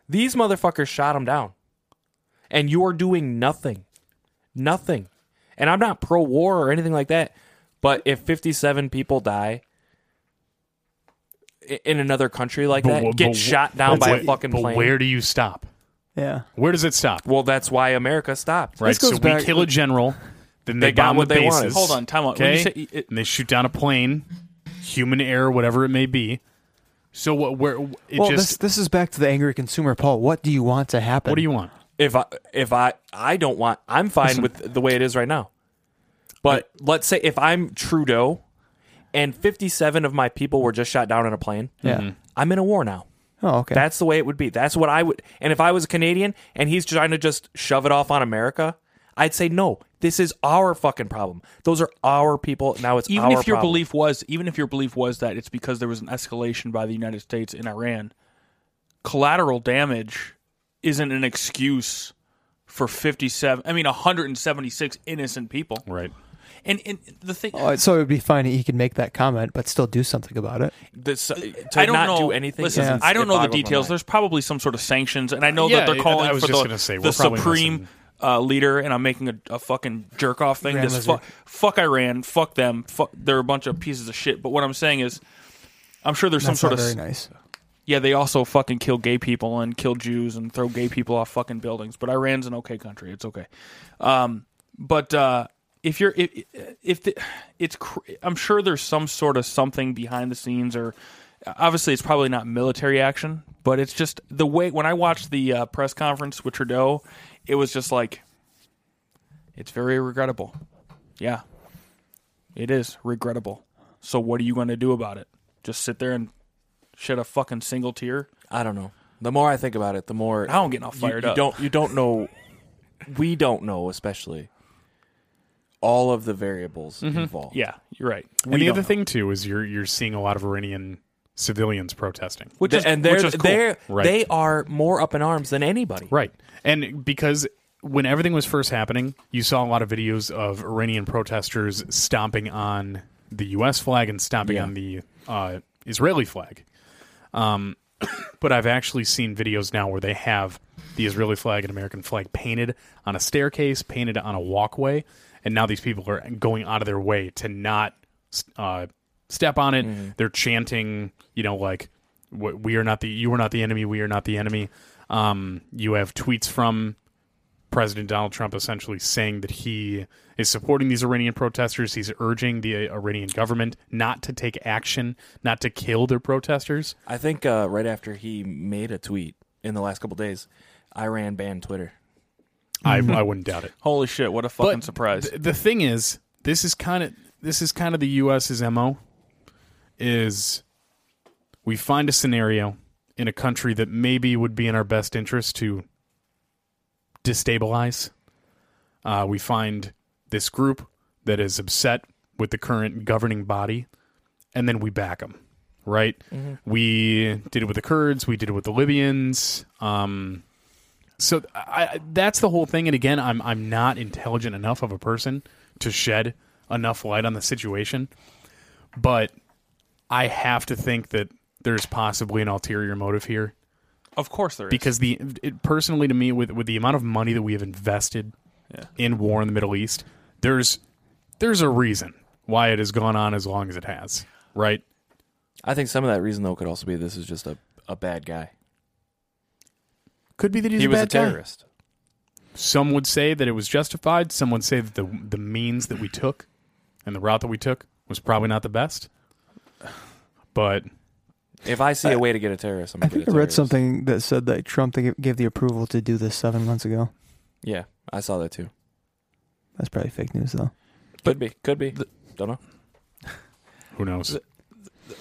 These motherfuckers shot him down, and you are doing nothing, nothing. And I'm not pro war or anything like that, but if 57 people die i- in another country like that, wh- get wh- shot down but by a wh- fucking but plane. where do you stop? Yeah. Where does it stop? well, that's why America stopped. Right. goes So back- we kill a general, then they, They got bomb what the they bases. wanted. hold on time out When you Okay. say- it- and they shoot down a plane, human error, whatever it may be. So what? Where it Well, just? this this is back to the angry consumer poll. What do you want to happen? what do you want? if I if I I don't want I'm fine with the way it is right now. But let's say if I'm Trudeau and 57 of my people were just shot down in a plane, Yeah. I'm in a war now. Oh, okay. That's the way it would be. That's what I would And if I was a Canadian and he's trying to just shove it off on America, I'd say no. This is our fucking problem. Those are our people. Now it's even our if your problem. belief was even if your belief was that it's because there was an escalation by the United States in Iran, collateral damage isn't an excuse for 57 I mean 176 innocent people. Right. And and the thing Oh, All right, Uh, so it would be fine. He could make that comment, but still do something about it. This- to I don't not know do anything. Listen, is- I don't it know the boggles my details. mind. There's probably some sort of sanctions and I know Yeah, that they're I- calling I was for just the, gonna say, the we're probably supreme missing- uh, leader and I'm making a, a fucking jerk off thing. Grand This Wizard. fuck, fuck Iran, fuck them, fuck they're a bunch of pieces of shit. But what I'm saying is I'm sure there's some That's sort not of very nice. Yeah, they also fucking kill gay people and kill Jews and throw gay people off fucking buildings. But Iran's an okay country; it's okay. Um, but uh, if you're if if the, it's cr- I'm sure there's some sort of something behind the scenes, or obviously it's probably not military action, but it's just the way. When I watched the uh, press conference with Trudeau, it was just like it's very regrettable. Yeah, it is regrettable. So what are you going to do about it? Just sit there and shed a fucking single tear? I don't know. The more I think about it, the more I don't get all you- fired you up. Don't you don't know? We don't know, especially all of the variables involved. Mm-hmm. Yeah, you're right. and the don't other know. thing too is you're you're seeing a lot of Iranian civilians protesting. which Th- is and they're which is cool. they're Right. they are more up in arms than anybody. Right. And because when everything was first happening, you saw a lot of videos of Iranian protesters stomping on the U.S. flag and stomping Yeah. on the uh, Israeli flag. Um, but I've actually seen videos now where they have the Israeli flag and American flag painted on a staircase, painted on a walkway, and now these people are going out of their way to not uh, step on it. They're chanting, you know, like "We- "We are not the, you are not the enemy, we are not the enemy." Um, you have tweets from President Donald Trump essentially saying that he is supporting these Iranian protesters. He's urging the uh, Iranian government not to take action, not to kill their protesters. I think uh, right after he made a tweet in the last couple days, Iran banned Twitter. I, I wouldn't doubt it. Holy shit! What a fucking surprise! th- the thing is, this is kind of this is kind of the U.S.'s mo. Is we find a scenario in a country that maybe would be in our best interest to destabilize. Uh, we find this group that is upset with the current governing body, and then we back them. Right? We did it with the Kurds. We did it with the Libyans. Um, so I, I- that's the whole thing. And again, I'm I'm not intelligent enough of a person to shed enough light on the situation, but I have to think that there's possibly an ulterior motive here of course there is. because the it, personally to me with with the amount of money that we have invested in war in the Middle East, there's there's a reason why it has gone on as long as it has, right? I think some of that reason though could also be this is just a, a bad guy. Could be that he's he a was a bad guy. terrorist. Some would say that it was justified. Some would say that the the means that we took and the route that we took was probably not the best. But If I see a way to get a terrorist, I'm I gonna think get I a read terrorist. something that said that Trump they gave the approval to do this seven months ago. Yeah, I saw that too. That's probably fake news, though. Could be, could be. Don't know. Who knows?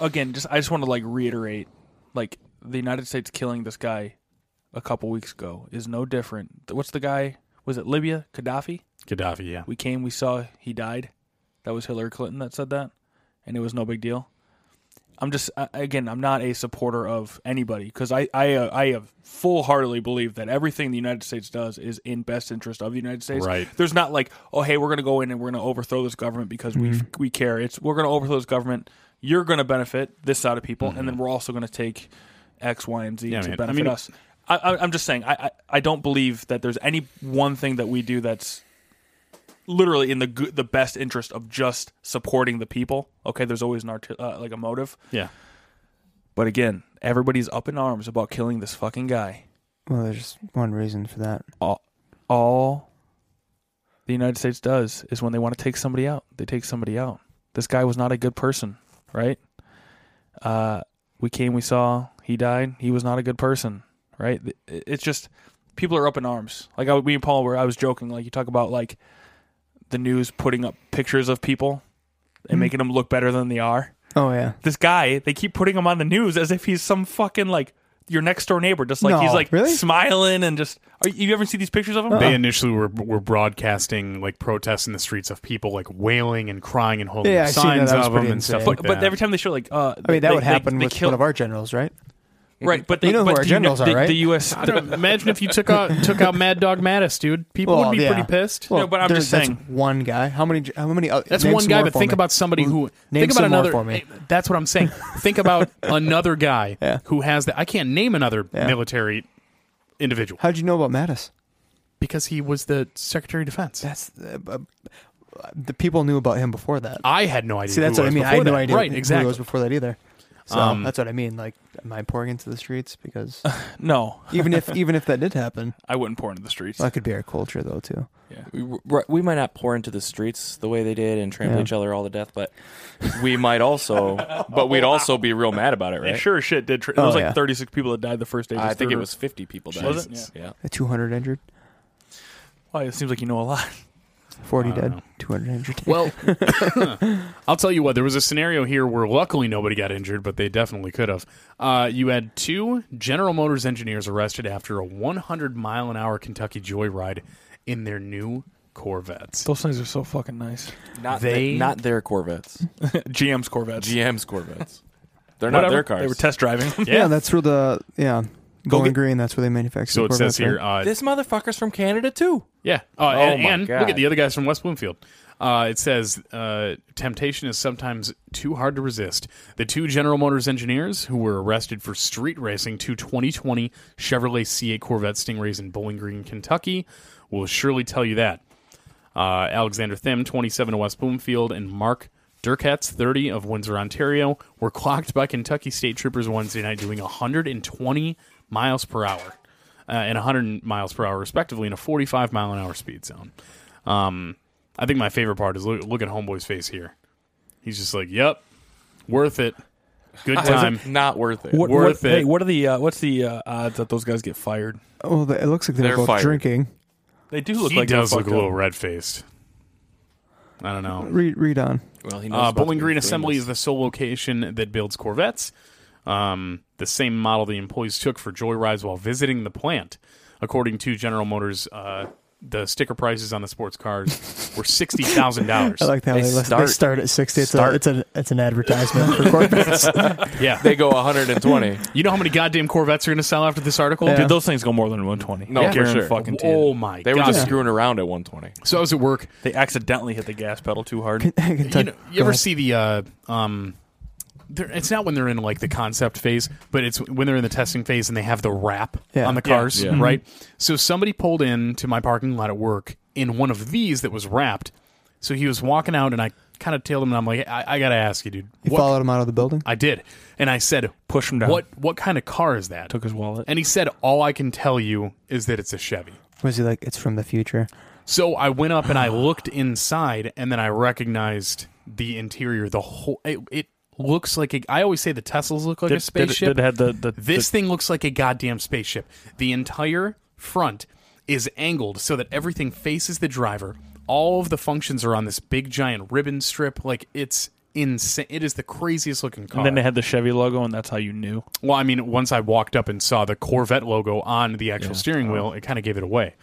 again, just I just want to like reiterate, like the United States killing this guy a couple weeks ago is no different. What's the guy? Was it Libya? Gaddafi? Gaddafi, yeah. We came, we saw, he died. That was Hillary Clinton that said that, and it was no big deal. I'm just I- again, I'm not a supporter of anybody because I I uh, I have full heartedly believe that everything the United States does is in best interest of the United States. Right. There's not like oh hey we're gonna go in and we're gonna overthrow this government because we we care. It's we're gonna overthrow this government. You're gonna benefit this side of people, and then we're also gonna take X, Y, and Z Yeah, to man. I benefit mean- us. I, I, I'm just saying I, I I don't believe that there's any one thing that we do that's literally in the good, the best interest of just supporting the people. Okay, there's always an art, uh, like a motive. Yeah. But again, everybody's up in arms about killing this fucking guy. Well, there's one reason for that. All, all the United States does is when they want to take somebody out, they take somebody out. This guy was not a good person, right? Uh, we came, we saw, he died. He was not a good person, right? It- It's just people are up in arms. Like I, me and Paul were, I was joking. Like you talk about like the news putting up pictures of people Hmm. and making them look better than they are Oh yeah, this guy, they keep putting him on the news as if he's some fucking like your next door neighbor. Just like No, he's like really? Uh-uh. smiling and just. Are you, you ever see these pictures of him? Uh-huh. They initially were were broadcasting like protests in the streets of people like wailing and crying and holding Yeah, up I've seen that. signs That was of them pretty and stuff insane. like but that. but every time they show like, uh, I mean that they- would they- happen they with kill- one of our generals, right? right. But they, You know who but our the- generals are, the- right? The U.S. I don't know. imagine if you took out took out Mad Dog Mattis, dude. People Well, would be yeah. pretty pissed. No, but I'm There- just that's saying. one guy. How many? How many? oth- That's name one some guy, more but for think me. about somebody who Name think about some more another. for me. That's what I'm saying. think about another guy Yeah. who has that. I can't name another Yeah. military individual How'd you know about Mattis? because he was the Secretary of Defense. That's uh, uh, the people knew about him before that. I had no idea. See, that's who what I was mean. I before had no that. idea Right, who exactly. was before that either. So Um, that's what I mean. Like, am I pouring into the streets? Because No, even if even if that did happen, I wouldn't pour into the streets. that could be our culture though too. We, we might not pour into the streets the way they did and trample Yeah. each other all to death, but we might also. But we'd also be real mad about it, They right? sure as shit did. Tra- Oh, there was like yeah. 36 people that died the first day. I just think it through- was 50 people. Died. Was it? Yeah. Two hundred injured, Wow, it seems like you know a lot. forty I don't dead, know. two hundred injured. Well, I'll tell you what. There was a scenario here where luckily nobody got injured, but they definitely could have. Uh, you had two General Motors engineers arrested after a 100 mile an hour Kentucky joyride in their new Corvettes. Those things are so fucking nice. Not They- the- not their Corvettes. GM's Corvettes. GM's Corvettes. They're not Whatever. their cars. They were test driving. yeah, that's where the yeah Go going get- green. That's where they manufacture. So the it says Corvettes, here. right? Uh, this motherfucker's from Canada too. Yeah. Uh, and Oh my and God. look at the other guys from West Bloomfield. Uh, it says uh, temptation is sometimes too hard to resist. The two General Motors engineers who were arrested for street racing two 2020 Chevrolet C8 Corvette Stingrays in Bowling Green, Kentucky, will surely tell you that. Uh, Alexander Thim, 27 of West Bloomfield, and Mark Durkatz, 30 of Windsor, Ontario, were clocked by Kentucky state troopers Wednesday night doing 120 miles per hour uh, and 100 miles per hour, respectively, in a 45 mile an hour speed zone. Um, I think my favorite part is look, look at Homeboy's face here. He's just like, yep, worth it. Good time. Not worth it. What, Worth what- it. Hey, what are the uh, what's the uh, odds that those guys get fired? Oh, the, it looks like they're, They're both fired. drinking. They do look he like they're does look fucked a little up. red faced. I don't know. Read read on. Well, he knows Uh, about Bowling the Green famous- Assembly is the sole location that builds Corvettes, um, the same model the employees took for joyrides while visiting the plant. According to General Motors, uh, the sticker prices on the sports cars were sixty thousand dollars. I like that. They, They they, start, start- at sixty. It's, start- A, it's, a, it's an advertisement for Corvettes. Yeah, They go 120. you know how many goddamn Corvettes are going to sell after this article? Yeah. Dude, those things go more than 120. No, I for guarantee sure. Fucking to you. oh my They were god! just screwing around at 120. so I was at work. They accidentally hit the gas pedal too hard. You, know, you ever see the? Uh, um, they're- it's not when they're in like the concept phase, but it's when they're in the testing phase and they have the wrap Yeah. on the cars, Yeah. right? So somebody pulled in to my parking lot at work in one of these that was wrapped. So he was walking out, and I kind of tailed him, and I'm like, I, I gotta ask you, dude. You followed him out of the building. I did, and I said, Push him down. What what kind of car is that? Took his wallet. and he said, all I can tell you is that it's a Chevy. Was he like it's from the future? So I went up and I looked inside, and then I recognized the interior. The whole it, it looks like a. I always say the Teslas look like a spaceship. Did, did it have the, the, This thing looks like a goddamn spaceship. The entire front is angled so that everything faces the driver. All of the functions are on this big giant ribbon strip. Like it's insane. It is the craziest looking car. and then they had the Chevy logo, and that's how you knew. well, I mean, once I walked up and saw the Corvette logo on the actual Oh. steering wheel, it kind of gave it away.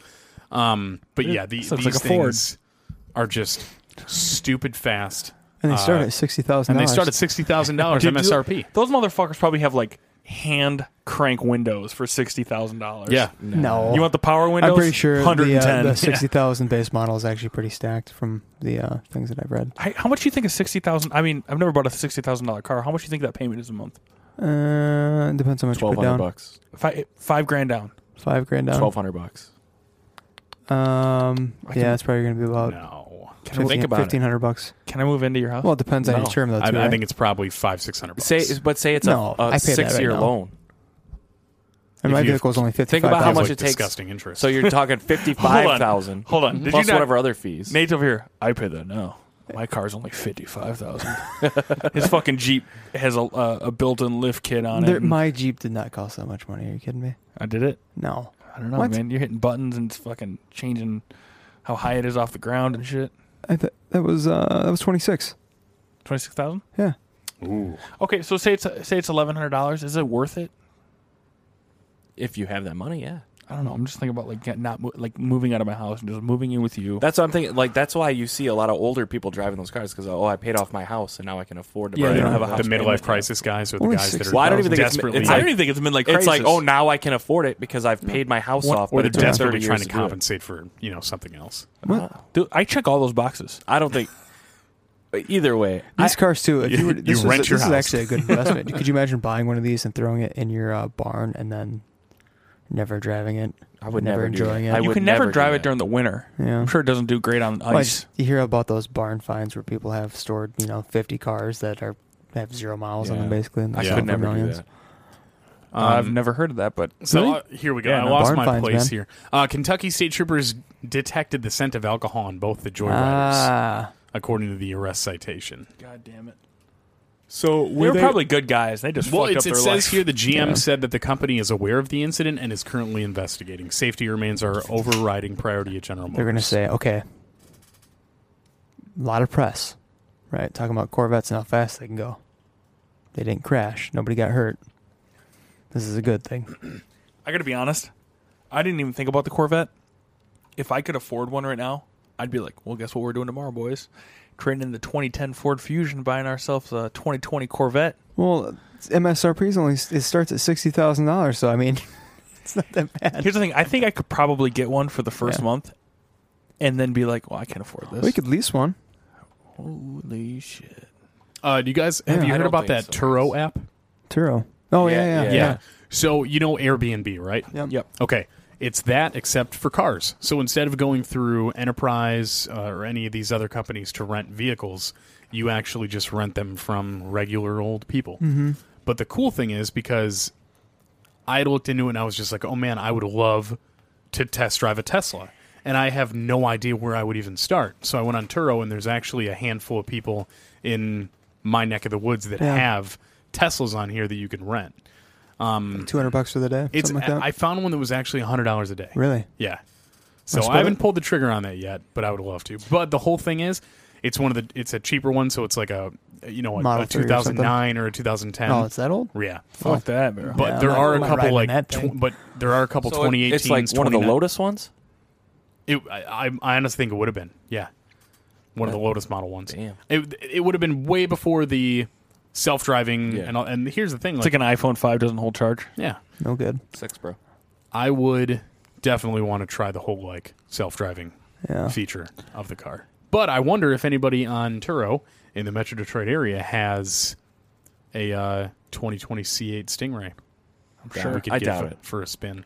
Um, but yeah, the, these sounds like a Ford. things are just stupid fast. And they started at sixty thousand. Uh, And they start at sixty thousand dollars Dude, MSRP. Those motherfuckers probably have like hand crank windows for sixty thousand dollars. no. You want the power windows? I'm pretty sure hundred the, and uh, ten. the sixty thousand base model is actually pretty stacked from the uh, things that I've read. How much do you think a sixty thousand? I mean, I've never bought a sixty thousand dollar car. How much do you think that payment is a month? Uh, depends how much you Twelve put down. hundred bucks. Five, five grand down. Five grand down. Twelve hundred bucks. Um, I can- yeah, it's probably going to be about No, Can I, think about it. fifteen hundred bucks. can I move into your house? Well, it depends on No. your term though. I, too, I right? think it's probably five six hundred bucks. Say, but say it's No, a, I pay a that right six year now. loan. And my if you- vehicle's only fifty. Think about how Sounds much like it takes. disgusting interest. So you're talking fifty five thousand. Hold on. Did Plus you not- whatever other fees. Nate's over here. I pay that now. My car's only fifty five thousand. His fucking Jeep has a uh, a built in lift kit on There, it. and- my Jeep did not cost that much money. Are you kidding me? I did it. No. I don't know, What? man. You're hitting buttons and it's fucking changing how high it is off the ground and shit. I th- that was uh, that was twenty six. Twenty six thousand. Yeah. Okay, so say it's say it's eleven hundred dollars. Is it worth it? if you have that money, yeah. I don't know. I'm just thinking about like get- not mo- like moving out of my house and just moving in with you. That's what I'm thinking. Like that's why you see a lot of older people driving those cars because oh, I paid off my house and now I can afford to. Yeah, buy they don't have have a house the midlife payment. crisis guys or the Only guys that are $60,000. Well, I don't even think it's- desperately it's like- I don't even think it's midlife It's crisis. like oh, now I can afford it because I've paid my house off. or but they're it took me 30 desperately trying years to do it. compensate for you know something else. Dude, I check all those boxes. I don't think. Either way, I, These cars too. If you, were, you this is, rent this your is house. actually a good investment. Could you imagine buying one of these and throwing it in your uh, barn and then never driving it? I would never never do enjoying that. it. I you would can never, never do drive it that. during the winter. Yeah. I'm sure it doesn't do great on Well, I ice. just- you hear about those barn finds where people have stored you know fifty cars that are have zero miles on Yeah. them basically. And I they sell could for never do millions. that. Uh, I've never heard of that, but So uh, here we go. Yeah, I no, lost barn my finds, place man. here. Uh, Kentucky state troopers detected the scent of alcohol on both the joyriders, Ah, according to the arrest citation. God damn it. So They were probably good guys. They just Well, fucked it's, up it their says life. here the GM said that the company is aware of the incident and is currently investigating. Safety remains our overriding priority at General Motors. they're gonna say okay. A lot of press, right? Talking about Corvettes and how fast they can go. They didn't crash. Nobody got hurt. This is a good thing. I gotta be honest. I didn't even think about the Corvette. If I could afford one right now, I'd be like, well, guess what we're doing tomorrow, boys? Trading in the 2010 Ford Fusion, buying ourselves a 2020 Corvette. Well, MSRP is only it starts at sixty thousand dollars, so I mean, it's not that bad. Here's the thing: I think I could probably get one for the first Yeah. month, and then be like, well, I can't afford this. We could lease one. Holy shit! Uh, do you guys have Yeah. you I heard don't about that think so. Turo app? Turo. Oh yeah, yeah, Yeah, yeah. Yeah. So you know Airbnb, right? Yep. Yep. Okay. It's that except for cars. So instead of going through Enterprise uh, or any of these other companies to rent vehicles, you actually just rent them from regular old people. Mm-hmm. But the cool thing is because I looked into it and I was just like, oh man, I would love to test drive a Tesla. And I have no idea where I would even start. So I went on Turo and there's actually a handful of people in my neck of the woods that Yeah. have Teslas on here that you can rent. Two hundred bucks for the day. It's something like that. I found one that was actually hundred dollars a day. really? Yeah. So split I haven't it? pulled the trigger on that yet, but I would love to. But the whole thing is, it's one of the it's a cheaper one, so it's like a you know a, Model a 3 or 2009 or, a 2010. Oh, it's that old. yeah. Fuck that, bro. But Yeah, there I'm are not- a I'm not couple riding like that tw- thing. but there are a couple So it- 2018s. it's like one of the 29 Lotus ones. It, I, I- I honestly think it would have been yeah, one of the Lotus model ones. Damn. It it would have been way before the self driving Yeah. and all, and here's the thing It's like an iPhone five doesn't hold charge. yeah No good. Six, bro. I would definitely want to try the whole like self-driving Oh. Yeah. feature of the car. But I wonder if anybody on Turo in the Metro Detroit area has a uh, 2020 C8 Stingray. I'm sure. I doubt it. for a spin.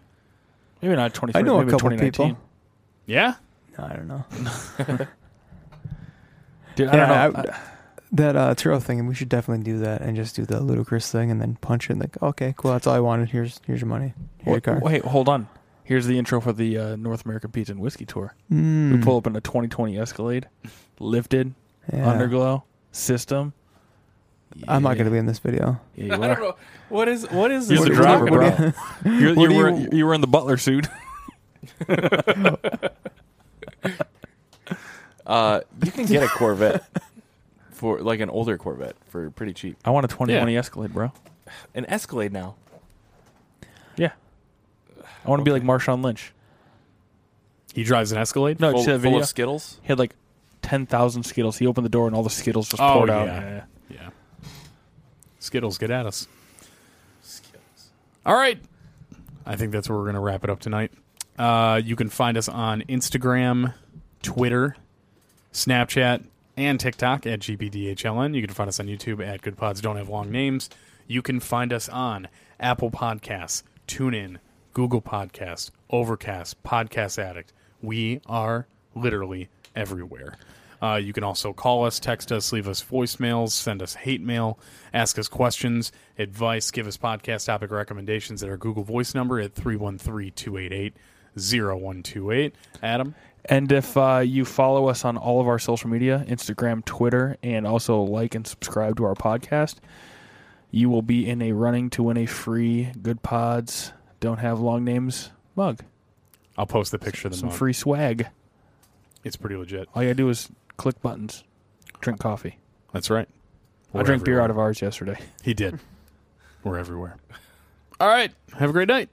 Maybe not twenty. I know a maybe couple 2019. people. Yeah, No, I don't know. Dude, I don't Yeah, know. I- that uh, Turo thing. We should definitely do that and just do the ludicrous thing and then punch it. And like, okay, cool. That's all I wanted. Here's here's your money. Here's your car. Wait, hold on. Here's the intro for the uh, North American Pizza and Whiskey Tour. Hmm. We pull up in a 2020 Escalade, lifted, Yeah. underglow, system, I'm not going to be in this video. Yeah, I don't know. What is what is He's what a are you driver, talking bro. about? You're, What you're, do you- wearing, you're wearing the butler suit. Uh, you can get a Corvette for like an older Corvette for pretty cheap. I want a 2020 Yeah. Escalade, bro. An Escalade now. Yeah. I want to be like Marshawn Lynch. He drives an Escalade. No, Full, you see that full video? of Skittles. He had like 10,000 Skittles. He opened the door and all the Skittles just Oh, poured out. yeah. Yeah. Skittles, get at us. All right. I think that's where we're going to wrap it up tonight. Uh, you can find us on Instagram, Twitter, Snapchat, and TikTok at GPDHLN. You can find us on YouTube at Good Pods Don't Have Long Names. You can find us on Apple Podcasts, TuneIn, Google Podcasts, Overcast, Podcast Addict. We are literally everywhere. Uh, you can also call us, text us, leave us voicemails, send us hate mail, ask us questions, advice, give us podcast topic recommendations at our Google Voice number at 313 288 0128. Adam? And if uh, you follow us on all of our social media, Instagram, Twitter, and also like and subscribe to our podcast, you will be in a running to win a free Good Pods Don't Have Long Names mug. I'll post the picture of the Some mug. free swag. It's pretty legit. All you gotta do is click buttons, drink coffee. That's right. I drank beer out of ours yesterday. He did. We're everywhere. All right. Have a great night.